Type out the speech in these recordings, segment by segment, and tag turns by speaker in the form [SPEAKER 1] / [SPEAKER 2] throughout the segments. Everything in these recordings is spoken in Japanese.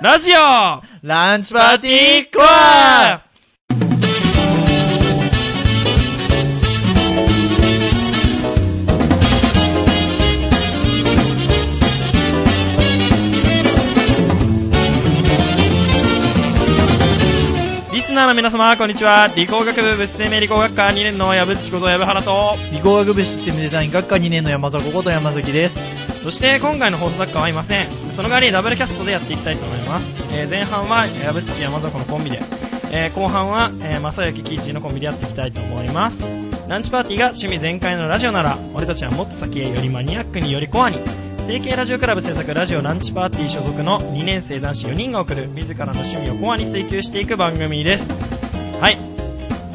[SPEAKER 1] ラジオ
[SPEAKER 2] ランチパーティーコア
[SPEAKER 1] リスナーの皆様、こんにちは。理工学部物生命理工学科2年の矢ぶっちこと矢部原と、
[SPEAKER 2] 理工学部システムデザイン学科2年の山迫こと山崎です。
[SPEAKER 1] そして今回の放送作家はいません。その代わりダブルキャストでやっていきたいと思います。えー前半は矢ぶっち山迫のコンビで、えー後半は、えー、正幸喜一のコンビでやっていきたいと思います。ランチパーティーが趣味全開のラジオなら、俺たちはもっと先へよりマニアックによりコアに、成形ラジオクラブ制作ラジオランチパーティー所属の2年生男子4人が送る自らの趣味をコアに追求していく番組です。はい。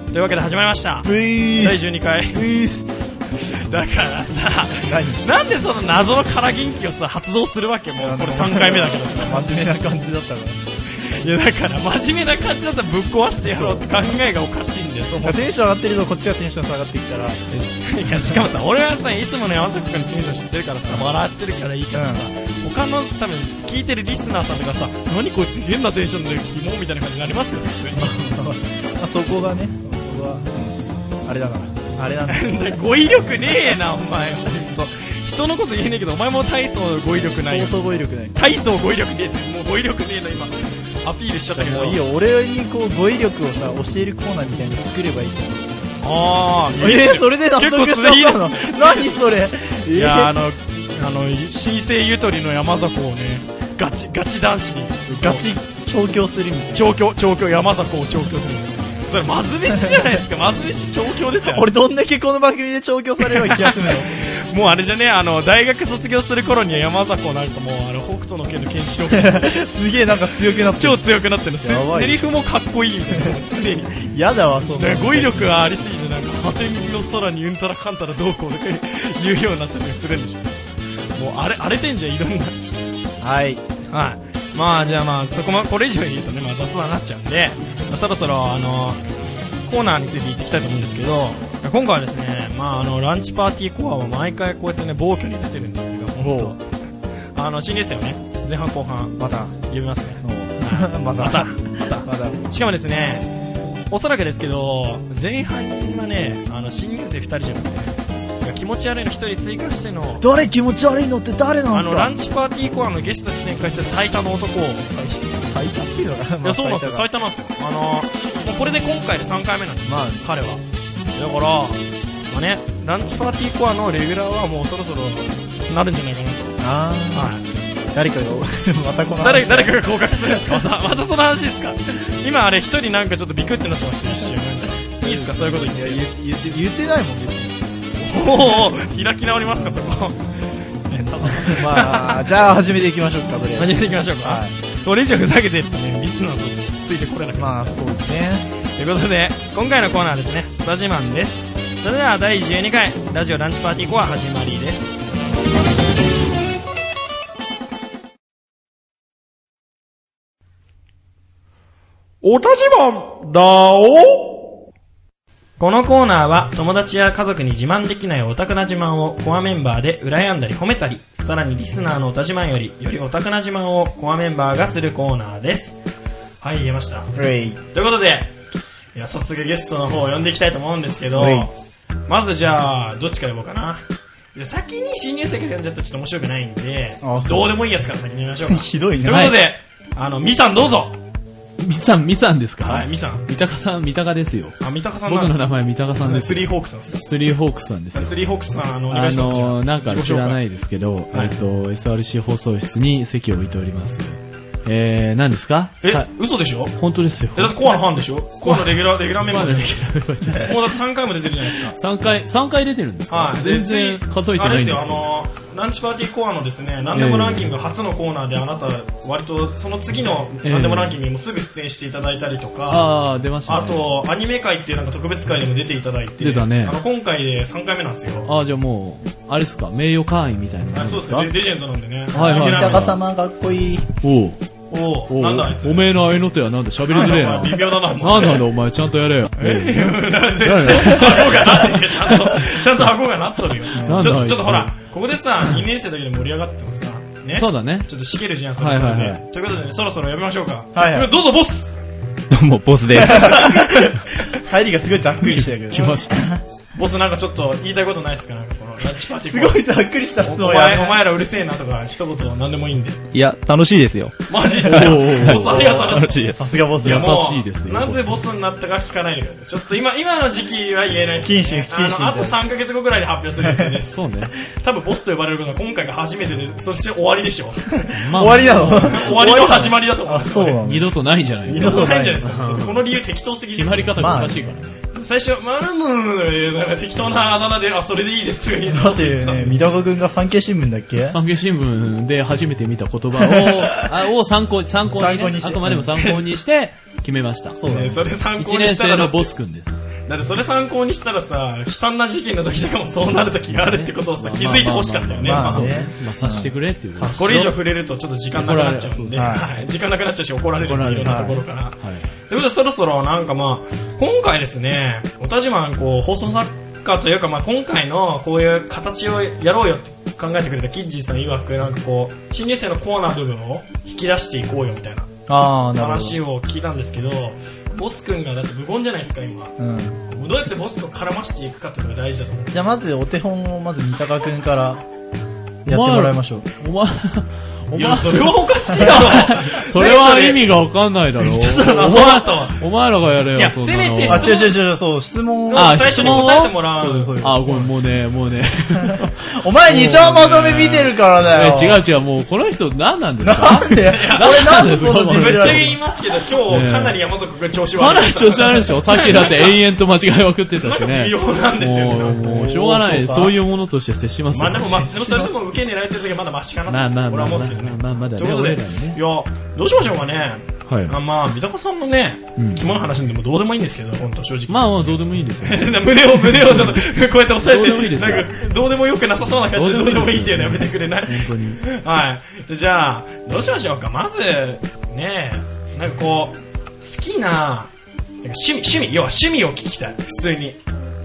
[SPEAKER 1] というわけで始まりました。
[SPEAKER 2] うい
[SPEAKER 1] 第12回。
[SPEAKER 2] ういす。
[SPEAKER 1] だからさ、
[SPEAKER 2] 何
[SPEAKER 1] なんでその謎の空元気をさ発動するわけもうこれ3回目だけどさ
[SPEAKER 2] 真面目な感じだったから。
[SPEAKER 1] いやだから真面目な感じだったらぶっ壊してやろうって考えがおかしいんだよそ
[SPEAKER 2] もうテンション上がってるとこっちがテンション下がってきたら、
[SPEAKER 1] いやしかもさ俺はさいつもの山崎君のテンション知ってるからさ笑ってるからいいけどさ、他の多分聞いてるリスナーさんとかさ何こいつ変なテンションでキモみたいな感じになりますよさすがに
[SPEAKER 2] まあ、そこがね、そこは、あれだから。あれ なんだよ。
[SPEAKER 1] 語彙力ねえなお前ほんと人のこと言えねえけどお前も大層の語彙力ないよ
[SPEAKER 2] 相当語彙力 ない。
[SPEAKER 1] 大層語彙力ねえってもう語彙力ねえの今アピールしちゃったけど
[SPEAKER 2] もういいよ、俺にこう語彙力をさ、教えるコーナーみたいに作ればいいと思う。
[SPEAKER 1] ああ、
[SPEAKER 2] え ー、それで納得しちゃっ
[SPEAKER 1] 結
[SPEAKER 2] たの
[SPEAKER 1] 構スリーです
[SPEAKER 2] 何それえ
[SPEAKER 1] いやあ
[SPEAKER 2] ー、
[SPEAKER 1] の、あの、新生ゆとりの山里をね、ガチ、ガチ男子に、
[SPEAKER 2] ガチ調教するみたいな。
[SPEAKER 1] 調教、調教、山里を調教する。それ、まず飯じゃないですか、まず飯調教ですよ。
[SPEAKER 2] 俺どんだけこの番組で調教され れば気が済むの
[SPEAKER 1] もうあれじゃね、あの、大学卒業する頃には山里なんかもう、あの、北斗の拳の剣士郎
[SPEAKER 2] すげえなんか強くなって
[SPEAKER 1] 超強くなってる。
[SPEAKER 2] やばい
[SPEAKER 1] セリフもかっこいいみたいな、もう常に。
[SPEAKER 2] やだわそんな
[SPEAKER 1] ね
[SPEAKER 2] の
[SPEAKER 1] 語彙力がありすぎてなんか破天の空にうんたらかんたらどうこうとか言うようになったりするんでしょもう荒れ荒れてんじゃんいろんな
[SPEAKER 2] はい
[SPEAKER 1] はいまあじゃあまあそこもこれ以上言うとね、まあ、雑談になっちゃうんで、まあそろそろあのコーナーについて言っていきたいと思うんですけど今回はですね、まあ、あのランチパーティーコアは毎回こうやってね暴挙に出てるんですが
[SPEAKER 2] おう
[SPEAKER 1] 本当あの新入生をね前半後半
[SPEAKER 2] また
[SPEAKER 1] 呼びますね
[SPEAKER 2] また
[SPEAKER 1] また
[SPEAKER 2] また
[SPEAKER 1] しかもですねおそらくですけど前半はねあの新入生2人じゃなくて気持ち悪いの1人追加しての
[SPEAKER 2] 誰気持ち悪いのって誰なん
[SPEAKER 1] あ
[SPEAKER 2] す
[SPEAKER 1] のラ
[SPEAKER 2] か
[SPEAKER 1] ンチパーティーコアのゲスト出演回数最多の男をい
[SPEAKER 2] 最多っていうのかなま
[SPEAKER 1] や
[SPEAKER 2] あ
[SPEAKER 1] そうなんですよ
[SPEAKER 2] 最
[SPEAKER 1] 最多なんですよあのもうこれで今回で3回目なんです
[SPEAKER 2] 多まあ
[SPEAKER 1] 彼はだから、まあね、ランチパーティーコアのレギュラーはもうそろそろなるんじゃないかなと、
[SPEAKER 2] あ
[SPEAKER 1] はい、
[SPEAKER 2] ー誰かが またこの話
[SPEAKER 1] 誰誰かが降格するんですかまたまたその話ですか今あれ一人なんかちょっとビクってなってました一瞬なんかいいですかそういうこと言っ
[SPEAKER 2] い
[SPEAKER 1] て
[SPEAKER 2] や言言って言ってないもん別に
[SPEAKER 1] おお開き直りますかそこねただ
[SPEAKER 2] まあじゃあ始めていきましょうかとりあ
[SPEAKER 1] 始
[SPEAKER 2] えず
[SPEAKER 1] めていきましょうか、
[SPEAKER 2] は
[SPEAKER 1] これ以上ふざけてるとねリスナーさんについてこれなく
[SPEAKER 2] い
[SPEAKER 1] なっちゃう
[SPEAKER 2] まあそうですね
[SPEAKER 1] ということで今回のコーナーですね「スタジマン」ですそれでは第12回ラジオランチパーティーコア始まりですおたじまんだおこのコーナーは友達や家族に自慢できないオタクな自慢をコアメンバーで羨んだり褒めたりさらにリスナーのオタ自慢よりよりオタクな自慢をコアメンバーがするコーナーですはい言えました
[SPEAKER 2] えい
[SPEAKER 1] ということで、いや、早速ゲストの方を呼んでいきたいと思うんですけど
[SPEAKER 2] はい、
[SPEAKER 1] まずじゃあ、どっちから呼ぼうかな。いや先に新入生から呼んじゃったらちょっと面白くないんで
[SPEAKER 2] あ、そう
[SPEAKER 1] どうでもいいやつから先に呼びましょうか。
[SPEAKER 2] ひどい
[SPEAKER 1] という
[SPEAKER 2] な
[SPEAKER 1] ことで、あの、ミさんどうぞ
[SPEAKER 3] みさん、みさんですか
[SPEAKER 1] はい、ミさん。
[SPEAKER 3] 三鷹さん、三鷹ですよ。
[SPEAKER 1] あ、三鷹さんな
[SPEAKER 3] 僕
[SPEAKER 1] んで
[SPEAKER 3] の
[SPEAKER 1] すか
[SPEAKER 3] 名前、三鷹さんです
[SPEAKER 1] ス
[SPEAKER 3] よ。
[SPEAKER 1] リーホークスなんですよ。
[SPEAKER 3] スリーホークスさんですよ。
[SPEAKER 1] スリーホークスさん、あの、お願
[SPEAKER 3] あ
[SPEAKER 1] いします。。
[SPEAKER 3] のー、なんか知らないいですけど、
[SPEAKER 1] はい
[SPEAKER 3] えっと、SRC 放送室に席を置いております。えー、何ですか
[SPEAKER 1] え
[SPEAKER 3] さ、
[SPEAKER 1] 嘘でしょ
[SPEAKER 3] 本当ですよ。
[SPEAKER 1] え、だってコアのファンでしょコアのレギュラー、レギュラーメンバーで
[SPEAKER 3] まだレギュラーメンバーじゃない
[SPEAKER 1] もうだって3回も出てるじゃないですか。
[SPEAKER 3] 3回、三回出てるんですか
[SPEAKER 1] はい、
[SPEAKER 3] 全然数えてない
[SPEAKER 1] あれで
[SPEAKER 3] んです
[SPEAKER 1] す
[SPEAKER 3] よ。
[SPEAKER 1] よ、あのランチパーティーコアのですね、なんでもランキング初のコーナーで、あなた、割とその次の
[SPEAKER 3] ええ
[SPEAKER 1] なんでもランキングにもすぐ出演していただいたりとか、
[SPEAKER 3] あー、出ました
[SPEAKER 1] あ
[SPEAKER 3] ね。
[SPEAKER 1] と、アニメ会っていうなんか特別会でも出ていただいて、
[SPEAKER 3] 出たね
[SPEAKER 1] あの今回で3回目なんですよ。
[SPEAKER 3] あー、じゃあもう、あれですか名誉会員みたいな
[SPEAKER 1] あ
[SPEAKER 3] 感じ
[SPEAKER 1] そうで
[SPEAKER 3] で
[SPEAKER 1] すす
[SPEAKER 3] か
[SPEAKER 1] ね、レレジェンドなんでね。
[SPEAKER 3] はいはい
[SPEAKER 2] 三鷹様かっこいい
[SPEAKER 3] おう
[SPEAKER 1] お
[SPEAKER 3] お
[SPEAKER 1] お
[SPEAKER 3] う
[SPEAKER 1] なんだあいつ。
[SPEAKER 3] おめえの愛の手はなんだ喋りづれえな。
[SPEAKER 1] 微妙だな、お前
[SPEAKER 3] なんなん だお前、ちゃんとやれよ。ええ
[SPEAKER 1] 絶対箱がなってるよちゃんとちゃんと箱がなっとるよ
[SPEAKER 3] なんだ
[SPEAKER 1] ちょっ
[SPEAKER 3] あ
[SPEAKER 1] と
[SPEAKER 3] いつ
[SPEAKER 1] ちょっとほらここでさ2年生だけで盛り上がってもさね
[SPEAKER 3] そうだね。
[SPEAKER 1] ちょっとしけるじゃんそれそれで、
[SPEAKER 3] はいはいは
[SPEAKER 1] ということで、ね、そろそろやめましょうか、
[SPEAKER 2] はいはい
[SPEAKER 1] とうことでどうぞボス
[SPEAKER 3] どうも、ボスです。
[SPEAKER 2] 入りがすごいざっくりしたけど。
[SPEAKER 3] 来ました。
[SPEAKER 1] ボスなんかちょっと言いたいことないですかなんかこのランチパーティー
[SPEAKER 2] すごいざっくりした質
[SPEAKER 1] お
[SPEAKER 2] 問や
[SPEAKER 1] 前お
[SPEAKER 2] ね。
[SPEAKER 1] 前らうるせえなとか一言何で もいいんで
[SPEAKER 4] いや、楽しいですよ。
[SPEAKER 1] マジっすか
[SPEAKER 3] おー
[SPEAKER 1] ボスありがとうございま
[SPEAKER 4] 楽
[SPEAKER 1] す
[SPEAKER 4] しいです
[SPEAKER 2] さ。すがボス
[SPEAKER 3] や
[SPEAKER 2] だ。
[SPEAKER 3] もう優しいですよ
[SPEAKER 1] なぜボスになったか聞かないでくださいちょっと今今の時期は言えないですね
[SPEAKER 2] 不謹慎不謹慎みたい
[SPEAKER 1] あ
[SPEAKER 2] な
[SPEAKER 1] のあと3ヶ月後ぐらいに発表する予定です
[SPEAKER 3] そうね。
[SPEAKER 1] 多分ボスと呼ばれることは今回が初めてでそして終わりでしょ
[SPEAKER 3] まあ
[SPEAKER 2] 終わりなの
[SPEAKER 1] 終わりの始まりだと思います
[SPEAKER 2] そうなの
[SPEAKER 3] 二度とないんじゃない
[SPEAKER 1] 二
[SPEAKER 2] 度
[SPEAKER 1] 度
[SPEAKER 2] と
[SPEAKER 1] とな
[SPEAKER 2] ないい
[SPEAKER 1] んじゃないですかこの理由適当すぎです
[SPEAKER 3] 決まり方がおかしいからね。
[SPEAKER 1] 最初「まるむ」なんか適当なあだ名で「あそれでいいです」とか言
[SPEAKER 2] だってね、三鷹君が産経新聞だっけ
[SPEAKER 3] 産経新聞で初めて見た言 葉を、あを参考に、参考に,、
[SPEAKER 2] 参考に
[SPEAKER 3] ね、
[SPEAKER 2] して
[SPEAKER 3] あくまでも参考にして決めました。
[SPEAKER 2] そうだね
[SPEAKER 1] ねそれ参考
[SPEAKER 3] 一
[SPEAKER 1] に
[SPEAKER 3] 年
[SPEAKER 1] した
[SPEAKER 3] 生
[SPEAKER 1] ら
[SPEAKER 3] のボス君です。
[SPEAKER 1] だってそれ参考にしたらさ悲惨な事件の時とかもそうなる時があるってことをさ気づいてほしかったよね
[SPEAKER 2] ま
[SPEAKER 1] ま
[SPEAKER 2] あ
[SPEAKER 1] あ
[SPEAKER 2] まあ
[SPEAKER 3] そう
[SPEAKER 2] ね
[SPEAKER 3] ね。まあ、察してくれっていう。
[SPEAKER 1] これ以上触れるとちょっと時間なくなっちゃうんで、
[SPEAKER 2] 怒られるそう
[SPEAKER 1] はい時間なくなっちゃうし怒られるんでいろんなところから。
[SPEAKER 3] はい。
[SPEAKER 1] ということでそろそろなんかまあ今回ですねお田島こう放送作家というかまあ今回のこういう形をやろうよって考えてくれたキッジンさん曰くなんかこう新入生のコーナー部分を引き出していこうよみたいな
[SPEAKER 2] ああ、なるほ
[SPEAKER 1] 話を聞いたんですけどボス君がだって無言じゃないですか今
[SPEAKER 2] ど。うん。
[SPEAKER 1] どうやってボスと絡ましていくかっていうのが大事だと思う
[SPEAKER 2] じゃあまずお手本をまず三鷹君からやってもらいましょう。
[SPEAKER 3] お前、お
[SPEAKER 1] い
[SPEAKER 3] 前
[SPEAKER 1] や、それはおかしいだろ
[SPEAKER 3] それは意味がわかんないだろ。
[SPEAKER 1] ちょっと謎だったわ
[SPEAKER 3] お前らがやれ
[SPEAKER 1] いや
[SPEAKER 3] よ、そんなの。
[SPEAKER 1] せめて
[SPEAKER 2] あ、違う違う違う、そう、質問を。
[SPEAKER 3] あ
[SPEAKER 1] 最初に答えてもら
[SPEAKER 2] そう
[SPEAKER 1] う
[SPEAKER 2] ですそうです
[SPEAKER 3] あ、ごめん、もうね、もう ね。
[SPEAKER 2] お前二丁まとめ見てるからだよ。
[SPEAKER 3] え違う違う、もうこの人何な んですか
[SPEAKER 2] なんで俺なんでそんな
[SPEAKER 1] ぶっちゃけ言
[SPEAKER 2] い
[SPEAKER 1] いますけど今日かなり山族が調子
[SPEAKER 3] か
[SPEAKER 1] 悪
[SPEAKER 3] ないり調子悪いでしょさっきだって延々と間違いまくってたし
[SPEAKER 1] なんか
[SPEAKER 3] ね
[SPEAKER 1] 微。妙なんですよね
[SPEAKER 3] もう、もう、しょうがない。そういうものとして接します
[SPEAKER 1] ま
[SPEAKER 3] よ。
[SPEAKER 1] あでもまあでもそれでも受け狙えてる時はまだマシか
[SPEAKER 3] ま
[SPEAKER 1] な
[SPEAKER 3] あ
[SPEAKER 1] と
[SPEAKER 3] まあ
[SPEAKER 1] 俺
[SPEAKER 3] ま
[SPEAKER 1] は
[SPEAKER 3] あ
[SPEAKER 1] 思
[SPEAKER 3] ま
[SPEAKER 1] う
[SPEAKER 3] あ
[SPEAKER 1] んですけどね
[SPEAKER 3] まあまだ
[SPEAKER 1] という
[SPEAKER 3] ね、
[SPEAKER 1] こと
[SPEAKER 3] 俺
[SPEAKER 1] で
[SPEAKER 3] らの
[SPEAKER 1] い
[SPEAKER 3] ね。
[SPEAKER 1] やどうしましょうかね
[SPEAKER 3] はい。
[SPEAKER 1] あまあ三鷹さんのね
[SPEAKER 3] うん
[SPEAKER 1] キモい話でもどうでもいいんですけど本当正直
[SPEAKER 3] まあまあ、どうでもいいんですよ。
[SPEAKER 1] 胸を胸をちょっと こうやって押さえて
[SPEAKER 3] どうでもいいですよ
[SPEAKER 1] なんかどうでもよくなさそうな感じでど
[SPEAKER 3] ど
[SPEAKER 1] う
[SPEAKER 3] う
[SPEAKER 1] で
[SPEAKER 3] で
[SPEAKER 1] も
[SPEAKER 3] も
[SPEAKER 1] い
[SPEAKER 3] い
[SPEAKER 1] い
[SPEAKER 3] い
[SPEAKER 1] っ
[SPEAKER 3] です
[SPEAKER 1] ていう
[SPEAKER 3] よ
[SPEAKER 1] のやめてくれない
[SPEAKER 3] 本当に。
[SPEAKER 1] はい。じゃあ、どうしましょうか。まず、ねえ、なんかこう、好きな、なんか趣味、趣味、要は趣味を聞きたい。普通に。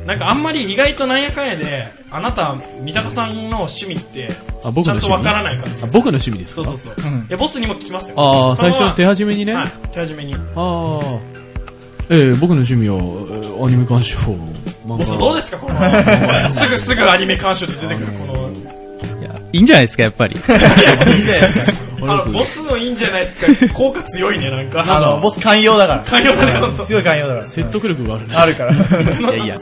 [SPEAKER 1] なんかあんまり意外となんやかんやで、あなた、三鷹さんの趣味って、
[SPEAKER 3] あ、僕
[SPEAKER 1] ちゃ
[SPEAKER 3] の
[SPEAKER 1] んと
[SPEAKER 3] 趣味。
[SPEAKER 1] わからない感じ
[SPEAKER 3] あ。僕の趣味です
[SPEAKER 1] そ
[SPEAKER 3] か
[SPEAKER 1] うそうそう。
[SPEAKER 2] うん
[SPEAKER 1] いや、ボスにも聞きますよ。
[SPEAKER 3] ああ、
[SPEAKER 1] その
[SPEAKER 3] 最
[SPEAKER 1] ま
[SPEAKER 3] 初
[SPEAKER 1] ま
[SPEAKER 3] の手始めにね。
[SPEAKER 1] は
[SPEAKER 3] あ
[SPEAKER 1] い、手始めに。
[SPEAKER 3] あ。ええ、僕の趣味は、えーアニメ鑑賞。
[SPEAKER 1] ボ
[SPEAKER 3] ボ
[SPEAKER 1] スどうですかこの、すぐすぐアニメ鑑賞って出てくる、この、
[SPEAKER 4] いや、いいんじゃないですか、やっぱり。
[SPEAKER 1] あ
[SPEAKER 3] あ
[SPEAKER 1] の、ボスのいいんじゃないですか。効果強いね、なん
[SPEAKER 2] あ
[SPEAKER 1] か。
[SPEAKER 2] の、ボス寛容だか
[SPEAKER 1] 寛容だね、ほん
[SPEAKER 2] ら。
[SPEAKER 1] と
[SPEAKER 2] す。ごい寛容だから。
[SPEAKER 3] 説得力があるね。
[SPEAKER 2] あるから。
[SPEAKER 4] いやいや、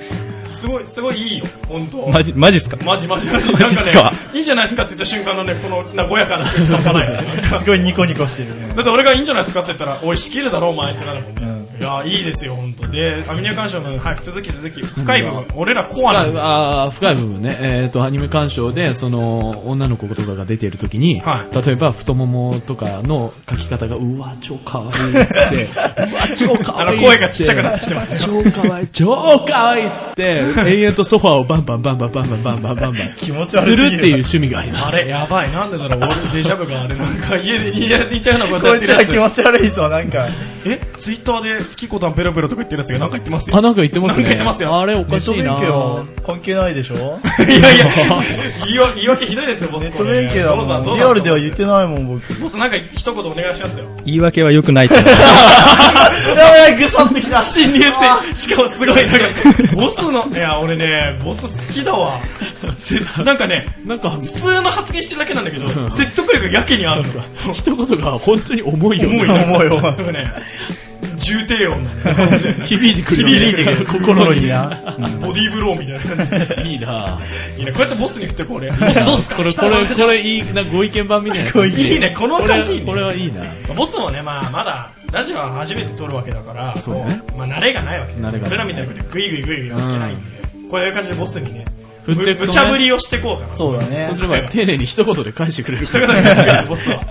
[SPEAKER 1] すごい、すごいいいよ、本当。
[SPEAKER 4] マジ、マジっすか。
[SPEAKER 1] マジマジマジ。
[SPEAKER 4] マ
[SPEAKER 1] なん
[SPEAKER 4] ジっ
[SPEAKER 1] か
[SPEAKER 4] す
[SPEAKER 1] ね
[SPEAKER 4] か、
[SPEAKER 1] いいじゃないですかって言った瞬間のね、この、な、ごやかな空気半端ないよね。
[SPEAKER 2] すごいニコニコしてる。
[SPEAKER 1] だって俺がいいんじゃないですかって言ったら、おい、仕切るだろ、お前ってなるもんね。
[SPEAKER 2] う
[SPEAKER 1] いや、いいですよ、本当で、アミニア干渉の、早く続き続き、深い部分、俺らコアな部分。
[SPEAKER 3] ああ深い部分ね、えー、とアニメ鑑賞でその女の子とかが出てる時に、
[SPEAKER 1] は
[SPEAKER 3] 例えば太ももとかの書き方がうわ超かわいいっつってうわ超かわいいっつ
[SPEAKER 1] あの
[SPEAKER 3] って
[SPEAKER 1] 声がちっちゃくなってきてます
[SPEAKER 3] よ超かわいい超かわいいっつって延々とソファーをバンバンバンバンバンバンバンバンバンバン
[SPEAKER 2] 気持ち
[SPEAKER 3] する
[SPEAKER 2] 悪
[SPEAKER 3] っ
[SPEAKER 2] すぎ
[SPEAKER 3] て
[SPEAKER 2] る。
[SPEAKER 3] いう趣味がありま
[SPEAKER 1] あ
[SPEAKER 3] す
[SPEAKER 1] れ、やばい、なんでだろう、俺、デジャブがあれ、なんか、家で似た似たようなこと
[SPEAKER 2] こ
[SPEAKER 1] やっ
[SPEAKER 2] い
[SPEAKER 1] て
[SPEAKER 2] つ
[SPEAKER 1] る
[SPEAKER 2] ら気
[SPEAKER 1] やつ。
[SPEAKER 2] 持ち悪いぞ、なんか。
[SPEAKER 1] え、ツイッターで、月子たんペロペロとか言ってるやつがなんか言ってますよ。
[SPEAKER 3] あなんか言ってます
[SPEAKER 1] な
[SPEAKER 3] ね
[SPEAKER 1] んか言ってますよ
[SPEAKER 3] あれおかしいな
[SPEAKER 2] ネット勉強、関係ないでしょ
[SPEAKER 1] いやいや、言いわ言い訳ひどいですよ、ボス。
[SPEAKER 2] ネット勉強だ
[SPEAKER 1] これどうぞど
[SPEAKER 2] も。
[SPEAKER 1] うんぞ
[SPEAKER 2] リアルでは言ってないもん、僕。
[SPEAKER 1] ボス、なんか一言お願いしますよ。
[SPEAKER 4] 言い訳は良くないと思います。
[SPEAKER 2] やばい、ぐさってきた。
[SPEAKER 1] 新入生、しかもすごい、なんか、ボスの、いや、俺ね、ボス好きだわ。せなんかね、
[SPEAKER 3] なんか
[SPEAKER 1] 普通の発言してるだけなんだけど、説得力がやけにあるのか。
[SPEAKER 3] 一言が本当に重いよね
[SPEAKER 2] 重いな重いよ
[SPEAKER 1] なんかね、重低音のね感じで、
[SPEAKER 3] 響いてくるよね
[SPEAKER 1] 響いてくる
[SPEAKER 2] 心にな。
[SPEAKER 1] ボディーブローみたいな感じで。
[SPEAKER 3] いいない
[SPEAKER 1] いね、こうやってボスに振ってこうね。ボスどうすか
[SPEAKER 3] これこれこれいいなご意見版みたいな
[SPEAKER 2] れ
[SPEAKER 1] いいね、この
[SPEAKER 3] こ
[SPEAKER 1] 感じいい
[SPEAKER 3] れ
[SPEAKER 1] ね
[SPEAKER 3] これはいいな
[SPEAKER 1] ボスもね、まあ、まだ、ラジオは初めて撮るわけだから、
[SPEAKER 3] そうね
[SPEAKER 1] まあ、慣れがないわけです
[SPEAKER 3] 慣れがない
[SPEAKER 1] 俺らみたいなことでグイグイグイグイやってないんで、こういう感じでボスにね、
[SPEAKER 3] 振ってくとね
[SPEAKER 1] む無茶ぶりをしていこうかな。
[SPEAKER 2] そうだね
[SPEAKER 3] そうす。れば丁寧に一言で返してくれる
[SPEAKER 1] ということで、確かにボスは。